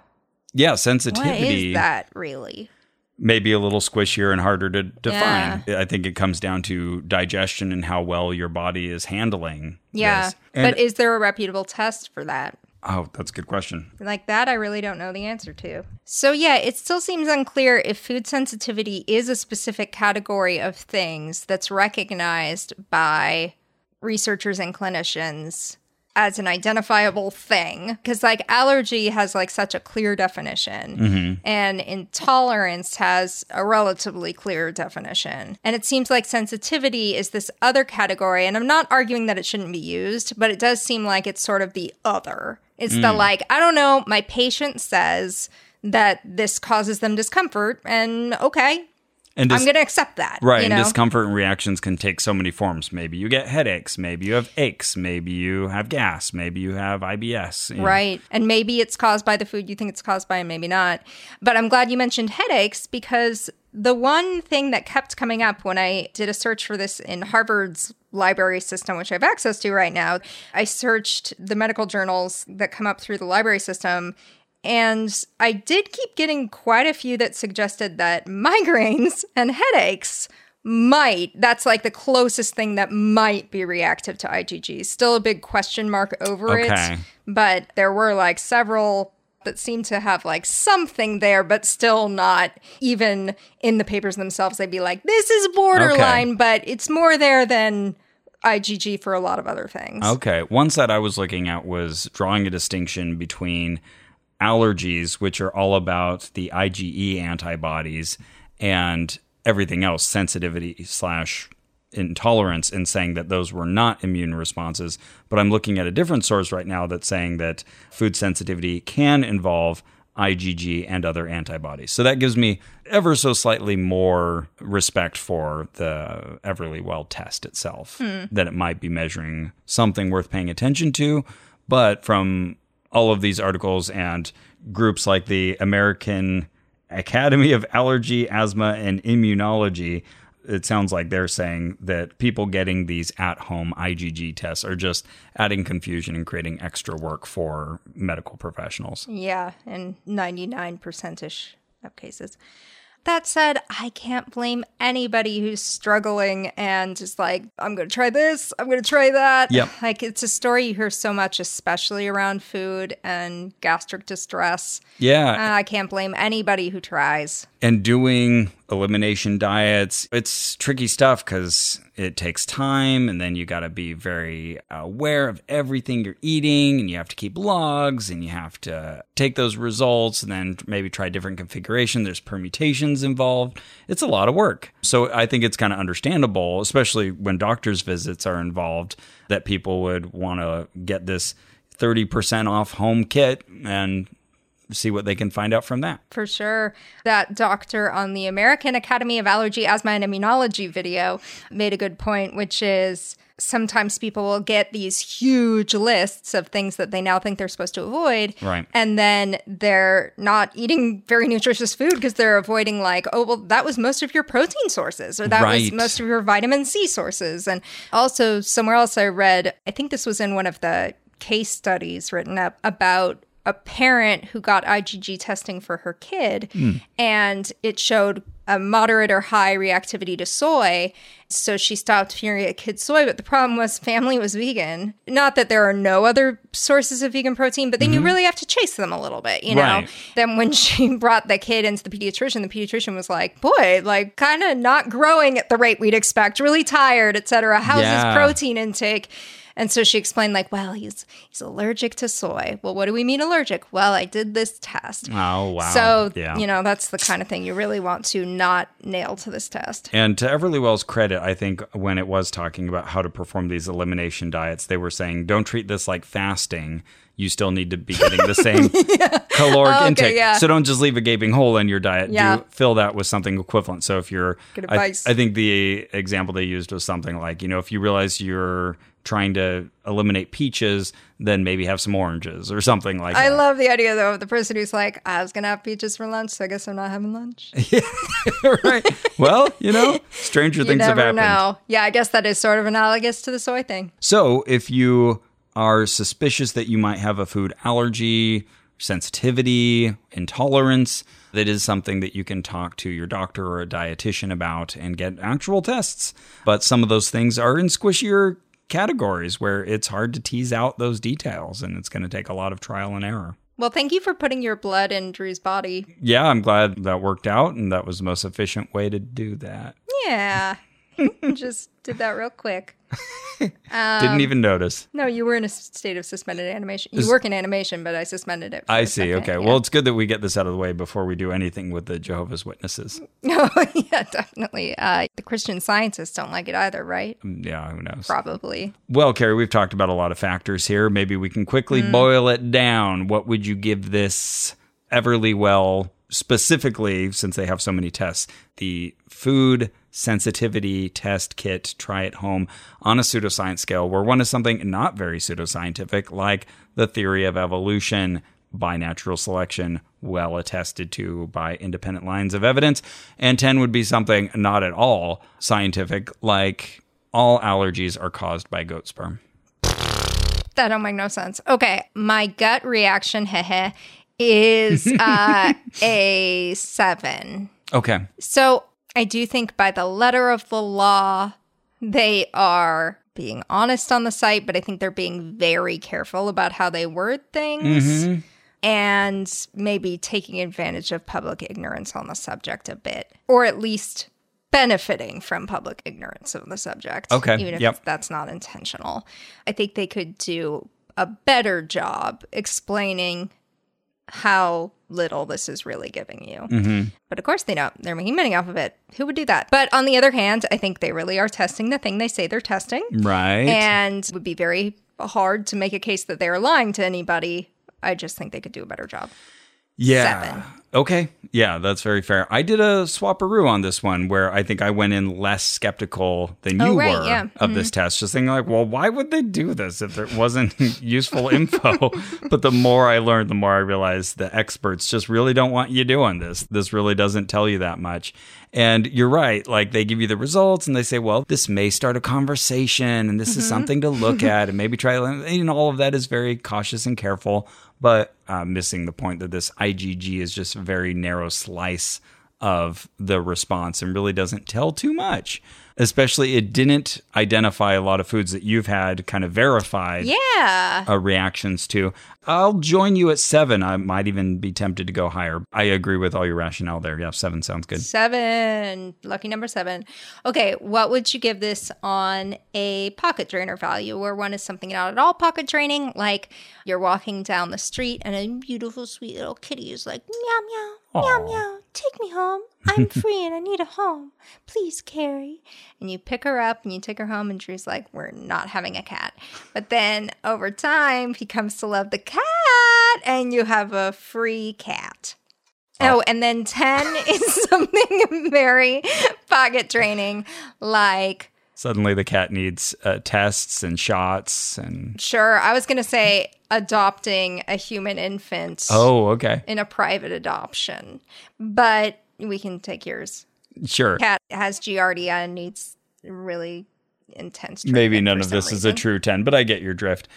B: Yeah,
A: What
B: sensitivity
A: is that really?
B: may be a little squishier and harder to define.
A: Yeah.
B: I think it comes down to digestion and how well your body is handling.
A: Yeah.
B: this. And,
A: but is there a reputable test for that?
B: oh, that's a good question.
A: Like that, I really don't know the answer to. So, yeah, it still seems unclear if food sensitivity is a specific category of things that's recognized by researchers and clinicians as an identifiable thing. Because, like, allergy has like such a clear definition,
B: Mm-hmm.
A: and intolerance has a relatively clear definition. And it seems like sensitivity is this other category. And I'm not arguing that it shouldn't be used, but it does seem like it's sort of the other. It's
B: Mm.
A: the like, I don't know, my patient says that this causes them discomfort, and okay,
B: And
A: I'm
B: dis-
A: going to accept that.
B: Right,
A: You
B: and
A: know?
B: discomfort and reactions can take so many forms. Maybe you get headaches, maybe you have aches, maybe you have gas, maybe you have IBS. you know.
A: Right. And maybe it's caused by the food you think it's caused by, and maybe not. But I'm glad you mentioned headaches because the one thing that kept coming up when I did a search for this in Harvard's library system, which I have access to right now, I searched the medical journals that come up through the library system. And I did keep getting quite a few that suggested that migraines and headaches might that's like the closest thing that might be reactive to IgG. Still a big question mark over
B: Okay.
A: it, but there were like several that seemed to have like something there, but still not even in the papers themselves. They'd be like, this is borderline, but it's more there than IgG for a lot of other things.
B: Okay. One side I was looking at was drawing a distinction between allergies, which are all about the IgE antibodies, and everything else, sensitivity slash intolerance, and saying that those were not immune responses. But I'm looking at a different source right now that's saying that food sensitivity can involve IgG and other antibodies. So that gives me ever so slightly more respect for the Everly Well test itself, that it might be measuring something worth paying attention to. But from all of these articles and groups like the American Academy of Allergy, Asthma, and Immunology, it sounds like they're saying that people getting these at home IgG tests are just adding confusion and creating extra work for medical professionals.
A: Yeah, in 99% ish of cases. That said, I can't blame anybody who's struggling and is like, I'm going to try this, I'm going to try that.
B: Yep.
A: Like, it's a story you hear so much, especially around food and gastric distress.
B: Yeah.
A: And I can't blame anybody who tries.
B: and doing elimination diets it's tricky stuff because it takes time and then you got to be very aware of everything you're eating and you have to keep logs and you have to take those results and then maybe try different configuration there's permutations involved it's a lot of work so i think it's kind of understandable especially when doctors visits are involved that people would want to get this 30% off home kit and see what they can find out from that.
A: For sure. That doctor on the American Academy of Allergy, Asthma, and Immunology video made a good point, which is sometimes people will get these huge lists of things that they now think they're supposed to avoid.
B: Right.
A: And then they're not eating very nutritious food because they're avoiding, like, oh, well, that was most of your protein sources or that was
B: Right.
A: most of your vitamin C sources. And also, somewhere else I read, I think this was in one of the case studies written up about a parent who got IgG testing for her kid, and it showed a moderate or high reactivity to soy. So she stopped feeding her kid soy, but the problem was family was vegan. Not that there are no other sources of vegan protein, but then you really have to chase them a little bit, you know.
B: Right.
A: Then when she brought the kid into the pediatrician, the pediatrician was like, "Boy, like kind of not growing at the rate we'd expect. Really tired, etc. How's his
B: Yeah.
A: protein?" protein intake. And so she explained, like, well, he's he's allergic to soy. Well, what do we mean allergic? Well, I did this test.
B: Oh, wow.
A: So
B: Yeah.
A: you know, that's the kind of thing you really want to not nail to this test.
B: And to Everly Wells' credit, I think when it was talking about how to perform these elimination diets, they were saying, don't treat this like fasting. You still need to be getting the same caloric intake.
A: Oh, yeah.
B: So don't just leave a gaping hole in your diet.
A: Yeah.
B: Do fill that with something equivalent. So if you're,
A: Good
B: I,
A: advice.
B: I think the example they used was something like, you know, if you realize you're trying to eliminate peaches, then maybe have some oranges or something like
A: I
B: that.
A: love the idea though of the person who's like, I was gonna have peaches for lunch, so I guess I'm not having lunch. You
B: right. Well, you know, stranger things have
A: never
B: happened.
A: know. Yeah, I guess that is sort of analogous to the soy thing.
B: So, if you are suspicious that you might have a food allergy, sensitivity, intolerance, that is something that you can talk to your doctor or a dietitian about and get actual tests. But some of those things are in squishier categories where it's hard to tease out those details and it's going to take a lot of trial and error.
A: Well, thank you for putting your blood in Drew's body.
B: Yeah, I'm glad that worked out and that was the most efficient way to do that.
A: Yeah. Just did that real quick.
B: Didn't even notice.
A: No, you were in a s- state of suspended animation. You work in animation, but I suspended it. for
B: I
A: a
B: see.
A: second,
B: Okay.
A: yeah.
B: Well, it's good that we get this out of the way before we do anything with the Jehovah's Witnesses.
A: oh, yeah, definitely. Uh, the Christian scientists don't like it either, right?
B: Yeah, who knows?
A: Probably.
B: Well, Carrie, we've talked about a lot of factors here. Maybe we can quickly boil it down. What would you give this Everly Well specifically, since they have so many tests? The food sensitivity test kit, try at home on a pseudoscience scale, where one is something not very pseudoscientific, like the theory of evolution by natural selection, well attested to by independent lines of evidence. And 10 would be something not at all scientific, like all allergies are caused by goat sperm.
A: That don't make no sense. Okay, my gut reaction, heh heh, is uh, a seven.
B: Okay.
A: So I do think by the letter of the law, they are being honest on the site, but I think they're being very careful about how they word things
B: Mm-hmm.
A: and maybe taking advantage of public ignorance on the subject a bit, or at least benefiting from public ignorance on the subject.
B: Okay,
A: Even if
B: yep.
A: that's not intentional. I think they could do a better job explaining how little this is really giving you. But of course they don't. They're making money off of it. Who would do that? But on the other hand, I think they really are testing the thing they say they're testing
B: Right.
A: and would be very hard to make a case that they are lying to anybody. I just think they could do a better job.
B: yeah.
A: seven.
B: Okay. Yeah, that's very fair. I did a swaparoo on this one where I think I went in less skeptical than you
A: Oh, right,
B: were
A: yeah. Mm-hmm.
B: of this test, just thinking like, well, why would they do this if there wasn't useful info? but the more I learned, the more I realized the experts just really don't want you doing this. This really doesn't tell you that much. And you're right. Like they give you the results and they say, well, this may start a conversation and this
A: Mm-hmm.
B: is something to look at and maybe try. And all of that is very cautious and careful, but uh, missing the point that this IgG is just a very narrow slice of the response and really doesn't tell too much. especially it didn't identify a lot of foods that you've had kind of verified
A: Yeah.
B: uh, reactions to. I'll join you at seven. I might even be tempted to go higher. I agree with all your rationale there. Yeah, seven sounds good.
A: Seven. Lucky number seven. Okay. What would you give this on a pocket drainer value where one is something not at all pocket draining? Like you're walking down the street and a beautiful, sweet little kitty is like, meow, meow, meow,
B: Aw.
A: meow. Take me home. I'm free and I need a home. Please, Carrie. And you pick her up and you take her home, and Drew's like, We're not having a cat. But then over time, he comes to love the cat, and you have a free cat. Oh, and then 10 is something very pocket draining, like,
B: Suddenly the cat needs uh, tests and shots and.
A: sure, I was going to say adopting a human infant
B: Oh, okay.
A: in a private adoption, but we can take yours.
B: Sure.
A: Cat has giardia and needs really intense
B: Maybe
A: treatment
B: none
A: for
B: of this
A: some
B: is a
A: reason.
B: true 10, but I get your drift.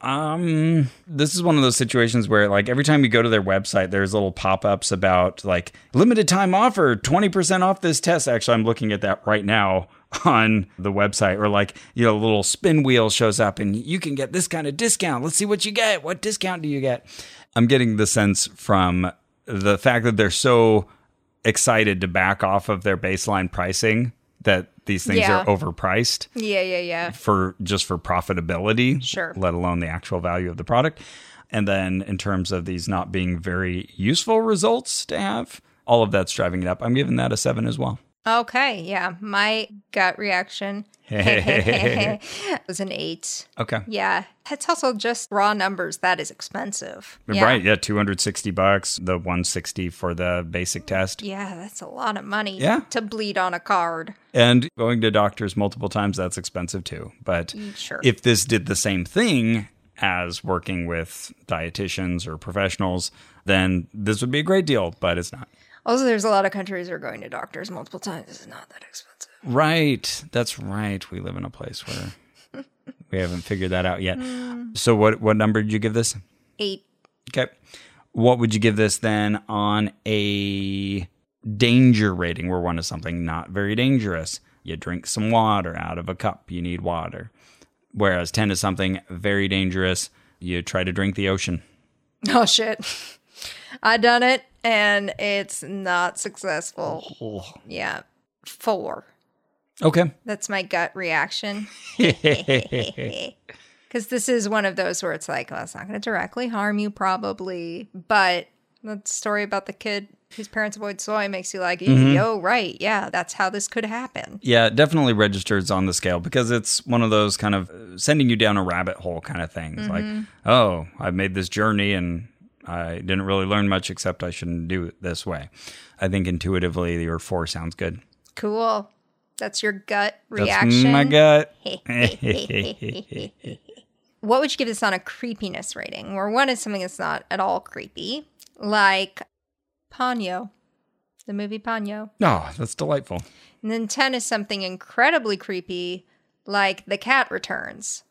B: Um, this is one of those situations where, like, every time you go to their website, there's little pop ups about, like, limited time offer, 20% off this test. Actually, I'm looking at that right now on the website, or like, you know, a little spin wheel shows up and you can get this kind of discount. Let's see what you get. What discount do you get? I'm getting the sense from the fact that they're so excited to back off of their baseline pricing that these things
A: Yeah.
B: are overpriced
A: Yeah, yeah, yeah.
B: for just for profitability,
A: Sure.
B: let alone the actual value of the product. And then in terms of these not being very useful results to have, all of that's driving it up. I'm giving that a seven as well.
A: Okay, yeah. My gut reaction was an eight.
B: Okay.
A: Yeah. It's also just raw numbers. That is expensive. Yeah.
B: Right. Yeah. 260 bucks, the 160 for the basic test.
A: Yeah, that's a lot of money
B: Yeah.
A: to bleed on a card.
B: And going to doctors multiple times, that's expensive too. But
A: Mm, Sure.
B: if this did the same thing as working with dietitians or professionals, then this would be a great deal, but it's not.
A: also, there's a lot of countries that are going to doctors multiple times. It's not that expensive.
B: Right. That's right. We live in a place where we haven't figured that out yet. So what what number did you give this?
A: Eight.
B: Okay. What would you give this then on a danger rating where one is something not very dangerous? You drink some water out of a cup, you need water. Whereas 10 is something very dangerous, you try to drink the ocean.
A: Oh, shit. I done it and it's not successful. Yeah. Four.
B: Okay.
A: That's my gut reaction. Because this is one of those where it's like, well, it's not going to directly harm you, probably. But the story about the kid whose parents avoid soy makes you like,
B: Mm-hmm.
A: yo, right. Yeah, that's how this could happen.
B: Yeah, it definitely registers on the scale because it's one of those kind of uh, sending you down a rabbit hole kind of things. Like, oh, I've made this journey and I didn't really learn much except I shouldn't do it this way. I think intuitively your four sounds good.
A: Cool. That's your gut
B: That's
A: reaction.
B: my gut.
A: what would you give this on a creepiness rating? Where one is something that's not at all creepy, like Ponyo, the movie Ponyo.
B: Oh, that's delightful.
A: And then 10 is something incredibly creepy, like The Cat Returns.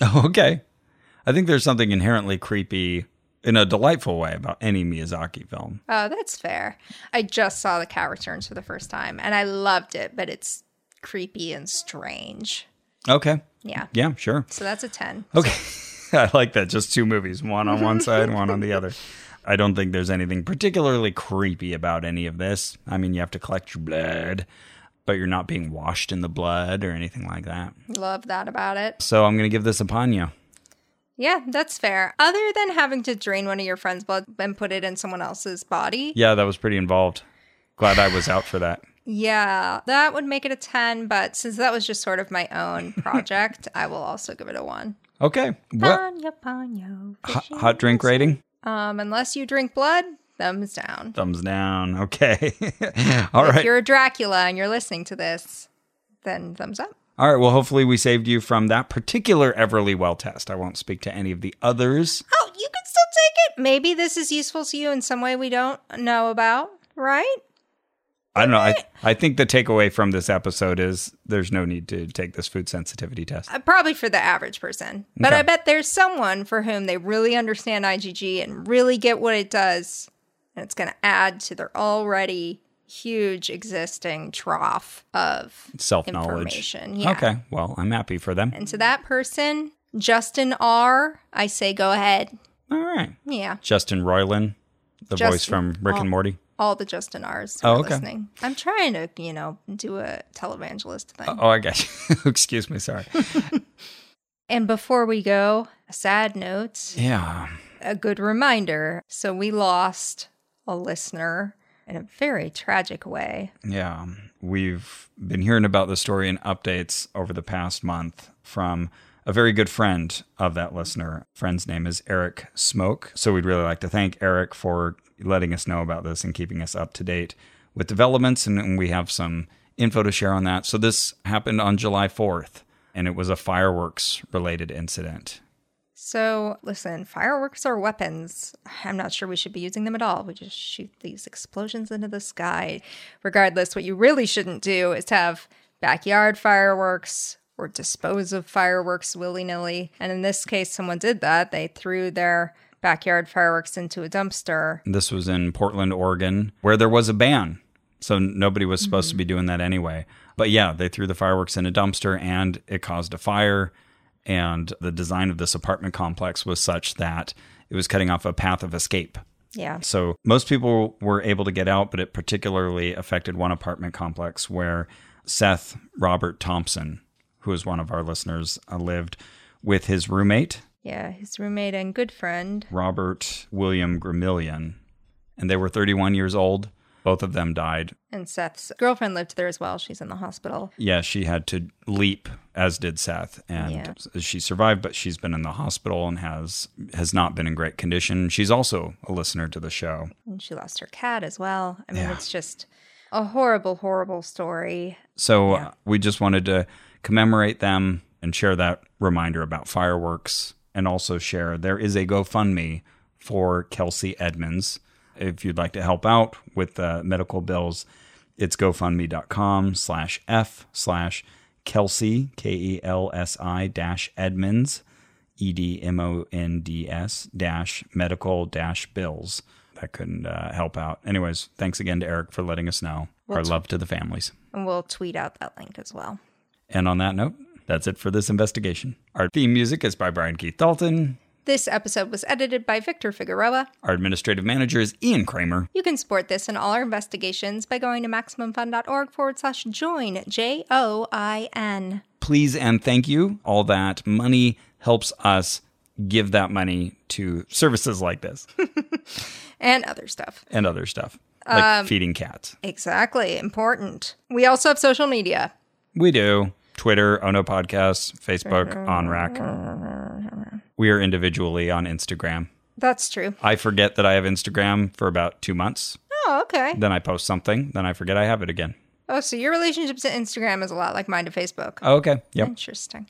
B: Oh, okay. I think there's something inherently creepy in a delightful way about any Miyazaki film.
A: Oh, that's fair. I just saw The Cat Returns for the first time and I loved it, but it's creepy and strange.
B: Okay.
A: Yeah.
B: Yeah, sure.
A: So that's a 10.
B: Okay. I like that. Just two movies, one on one side, one on the other. I don't think there's anything particularly creepy about any of this. I mean, you have to collect your blood, but you're not being washed in the blood or anything like that.
A: Love that about it.
B: So I'm going to give this a Ponyo.
A: Yeah, that's fair. Other than having to drain one of your friend's blood and put it in someone else's body,
B: Yeah, that was pretty involved. Glad I was out for that.
A: yeah, that would make it a 10. But since that was just sort of my own project, I will also give it a 1.
B: Okay. What?
A: Ponyo, ponyo.
B: Hot, hot drink rating?
A: Um, unless you drink blood, thumbs down.
B: Thumbs down. Okay. All
A: If
B: right.
A: you're a Dracula and you're listening to this, then thumbs up.
B: All right. Well, hopefully we saved you from that particular Everly Well test. I won't speak to any of the others.
A: Oh, you can still take it. Maybe this is useful to you in some way we don't know about, right?
B: I don't know. I, I think the takeaway from this episode is there's no need to take this food sensitivity test.
A: Uh, Probably for the average person. But
B: Okay.
A: I bet there's someone for whom they really understand IgG and really get what it does. And it's going to add to their already huge existing trough of
B: Self knowledge.
A: information. Yeah.
B: Okay. Well, I'm happy for them.
A: And to that person, Justin R, I say go ahead.
B: All right.
A: Yeah.
B: Justin Roiland, the voice
A: Justin-
B: from Rick and
A: oh.
B: Morty.
A: All the Justin R's are
B: Oh, okay.
A: listening. I'm trying to, you know, do a televangelist thing.
B: Oh, I got you. Excuse me. Sorry.
A: And before we go, a sad note,
B: yeah.
A: a good reminder. So we lost a listener in a very tragic way.
B: Yeah. We've been hearing about the story in updates over the past month from a very good friend of that listener. Friend's name is Eric Smoke. So we'd really like to thank Eric for letting us know about this and keeping us up to date with developments. And, and we have some info to share on that. So this happened on July 4th, and it was a fireworks related incident.
A: So, listen, fireworks are weapons. I'm not sure we should be using them at all. We just shoot these explosions into the sky. Regardless, what you really shouldn't do is have backyard fireworks or dispose of fireworks willy nilly. And in this case, someone did that. They threw their backyard fireworks into a dumpster.
B: This was in Portland, Oregon, where there was a ban. So nobody was supposed to be doing that anyway. But yeah, they threw the fireworks in a dumpster and it caused a fire. And the design of this apartment complex was such that it was cutting off a path of escape.
A: Yeah.
B: So most people were able to get out, but it particularly affected one apartment complex where Seth Robert Thompson, who is one of our listeners, uh, lived with his roommate,
A: Yeah. His roommate and good friend.
B: Robert William Gramillion, and they were 31 years old. Both of them died.
A: And Seth's girlfriend lived there as well. She's in the hospital.
B: Yeah, she had to leap, as did Seth, and she survived, but she's been in the hospital and has has not been in great condition. She's also a listener to the show.
A: And she lost her cat as well. I mean,
B: Yeah.
A: it's just a horrible, horrible story.
B: So uh, we just wanted to commemorate them and share that reminder about fireworks and also share there is a GoFundMe for Kelsey Edmonds. If you'd like to help out with uh, medical bills, it's gofundme.com slash F slash Kelsey, K E L S I dash Edmonds, E D M O N D S dash medical dash bills. That couldn't uh, help out. Anyways, thanks again to Eric for letting us know. Our love to the families.
A: And we'll tweet out that link as well.
B: And on that note, that's it for this investigation. Our theme music is by Brian Keith Dalton.
A: This episode was edited by Victor Figueroa.
B: Our administrative manager is Ian Kramer.
A: You can support this and all our investigations by going to MaximumFun.org forward slash join, J O I N.
B: Please and thank you. All that money helps us give that money to services like this
A: And other stuff.
B: and other stuff, like feeding cats.
A: Exactly. Important. We also have social media.
B: We do. Twitter, Ono Podcasts, Facebook, OnRack. We are individually on Instagram.
A: That's true.
B: I forget that I have Instagram for about two months.
A: Oh, okay.
B: Then I post something. Then I forget I have it again.
A: Oh, so your relationship to Instagram is a lot like mine to Facebook.
B: Oh, Okay. Yep.
A: Interesting.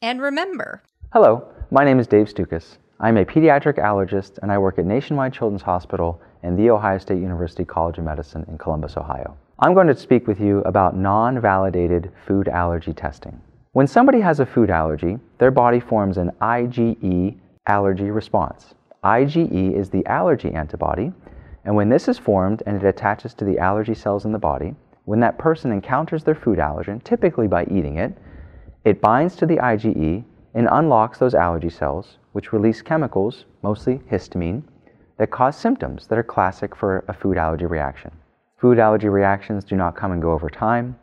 A: And remember,
C: Hello, my name is Dave Stukas. I'm a pediatric allergist and I work at Nationwide Children's Hospital and The Ohio State University College of Medicine in Columbus, Ohio. I'm going to speak with you about non validated food allergy testing. When somebody has a food allergy, their body forms an IgE allergy response. IgE is the allergy antibody, and when this is formed and it attaches to the allergy cells in the body, when that person encounters their food allergen, typically by eating it, it binds to the IgE and unlocks those allergy cells, which release chemicals, mostly histamine, that cause symptoms that are classic for a food allergy reaction. Food allergy reactions do not come and go over time.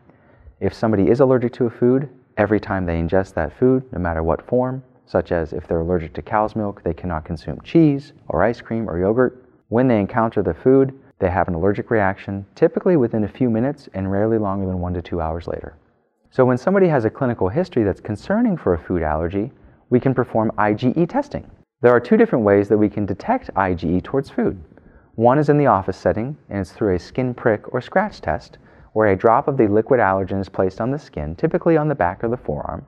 C: If somebody is allergic to a food, every time they ingest that food, no matter what form, such as if they're allergic to cow's milk, they cannot consume cheese or ice cream or yogurt, when they encounter the food, they have an allergic reaction, typically within a few minutes and rarely longer than one to two hours later. So, when somebody has a clinical history that's concerning for a food allergy, we can perform IgE testing. There are two different ways that we can detect IgE towards food. One is in the office setting, and it's through a skin prick or scratch test, where a drop of the liquid allergen is placed on the skin, typically on the back or the forearm,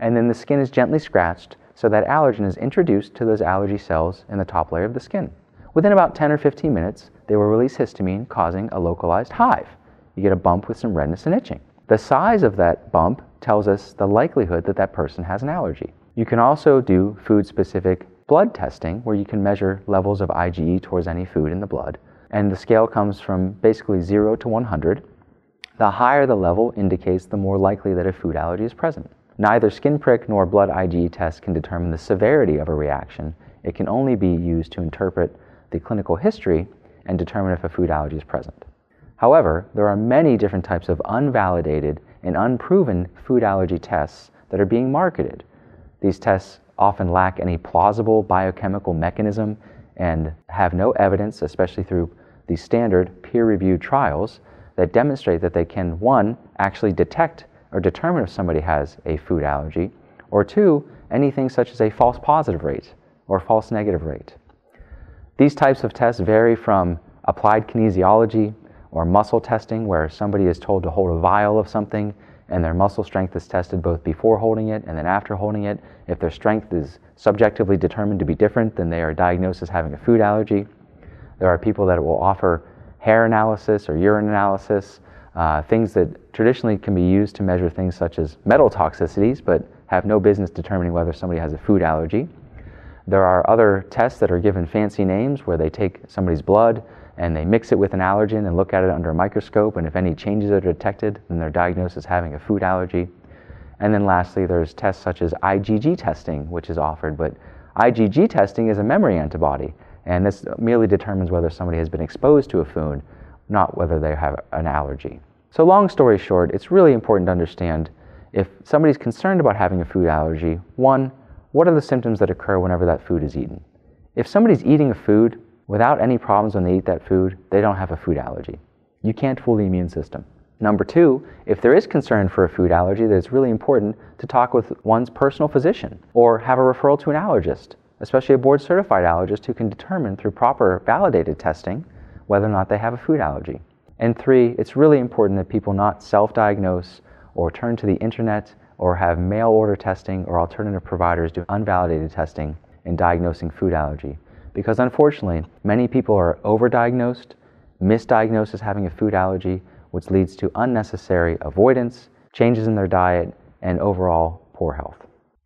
C: and then the skin is gently scratched so that allergen is introduced to those allergy cells in the top layer of the skin. Within about 10 or 15 minutes, they will release histamine, causing a localized hive. You get a bump with some redness and itching. The size of that bump tells us the likelihood that that person has an allergy. You can also do E food specific blood testing where you can measure levels of IgE towards any food in the blood. and the scale comes from basically 0 to 100. The higher the level indicates the more likely that a food allergy is present. Neither skin prick nor blood IgE test can determine the severity of a reaction. It can only be used to interpret the clinical history and determine if a food allergy is present. However, there are many different types of unvalidated and unproven food allergy tests that are being marketed. These tests often lack any plausible biochemical mechanism and have no evidence, especially through the standard peer reviewed trials, that demonstrate that they can, one, actually detect or determine if somebody has a food allergy, or two, anything such as a false positive rate or false negative rate. These types of tests vary from applied kinesiology or muscle testing, where somebody is told to hold a vial of something and their muscle strength is tested both before holding it and then after holding it. If their strength is subjectively determined to be different, then they are diagnosed as having a food allergy. There are people that will offer hair analysis or urine analysis, uh, things that traditionally can be used to measure things such as metal toxicities, but have no business determining whether somebody has a food allergy. There are other tests that are given fancy names where they take somebody's blood and they mix it with an allergen and look at it under a microscope, and if any changes are detected, then they're diagnosed as having a food allergy. And then lastly, there's tests such as IgG testing, which is offered, but IgG testing is a memory antibody, and this merely determines whether somebody has been exposed to a food, not whether they have an allergy. So, long story short, it's really important to understand if somebody's concerned about having a food allergy, one, what are the symptoms that occur whenever that food is eaten? If somebody's eating a food without any problems when they eat that food, they don't have a food allergy. You can't fool the immune system. Number two, if there is concern for a food allergy, then it's really important to talk with one's personal physician or have a referral to an allergist, especially a board certified allergist who can determine through proper validated testing whether or not they have a food allergy. And three, it's really important that people not self diagnose or turn to the internet or have mail order testing or alternative providers do unvalidated testing in diagnosing food allergy because unfortunately, many people are overdiagnosed, misdiagnosed as having a food allergy, which leads to unnecessary avoidance, changes in their diet, and overall poor health.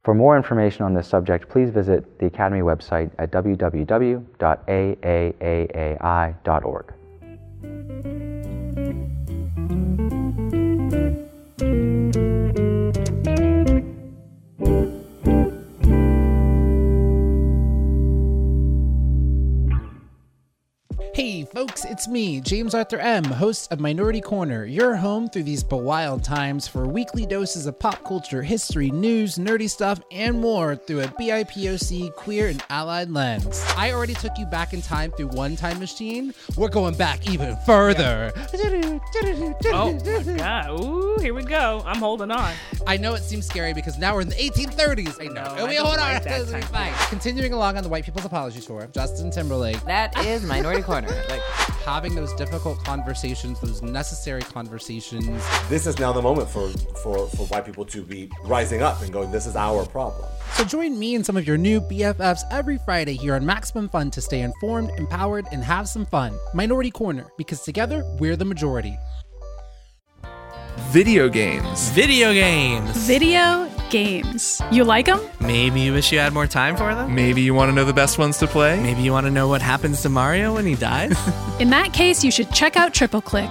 C: For more information on this subject, please visit the Academy website at www.aaaai.org.
D: Hey folks, it's me, James Arthur M., host of Minority Corner, your home through these wild times for weekly doses of pop culture, history, news, nerdy stuff, and more through a BIPOC, queer, and allied lens. I already took you back in time through one time machine. We're going back even further.
E: Oh my god. Ooh, here we go. I'm holding on.
D: I know it seems scary because now we're in the 1830s. I know.
E: No,
D: Oh,
E: I
D: Wait,
E: don't
D: hold on.
E: like that
D: This will be
E: time.
D: fine. Continuing along on the White People's Apology Tour, Justin Timberlake
F: That is Minority Corner. Like,
D: having those difficult conversations, those necessary conversations.
G: This is now the moment for, for, for white people to be rising up and going, this is our problem.
D: So join me and some of your new BFFs every Friday here on Maximum Fun to stay informed, empowered, and have some fun. Minority Corner, because together we're the majority.
H: Video games.
I: Video games.
J: Video games. You like them?
I: Maybe you wish you had more time for them?
H: Maybe you want to know the best ones to play?
I: Maybe you want to know what happens to Mario when he dies?
J: In that case, you should check out Triple Click.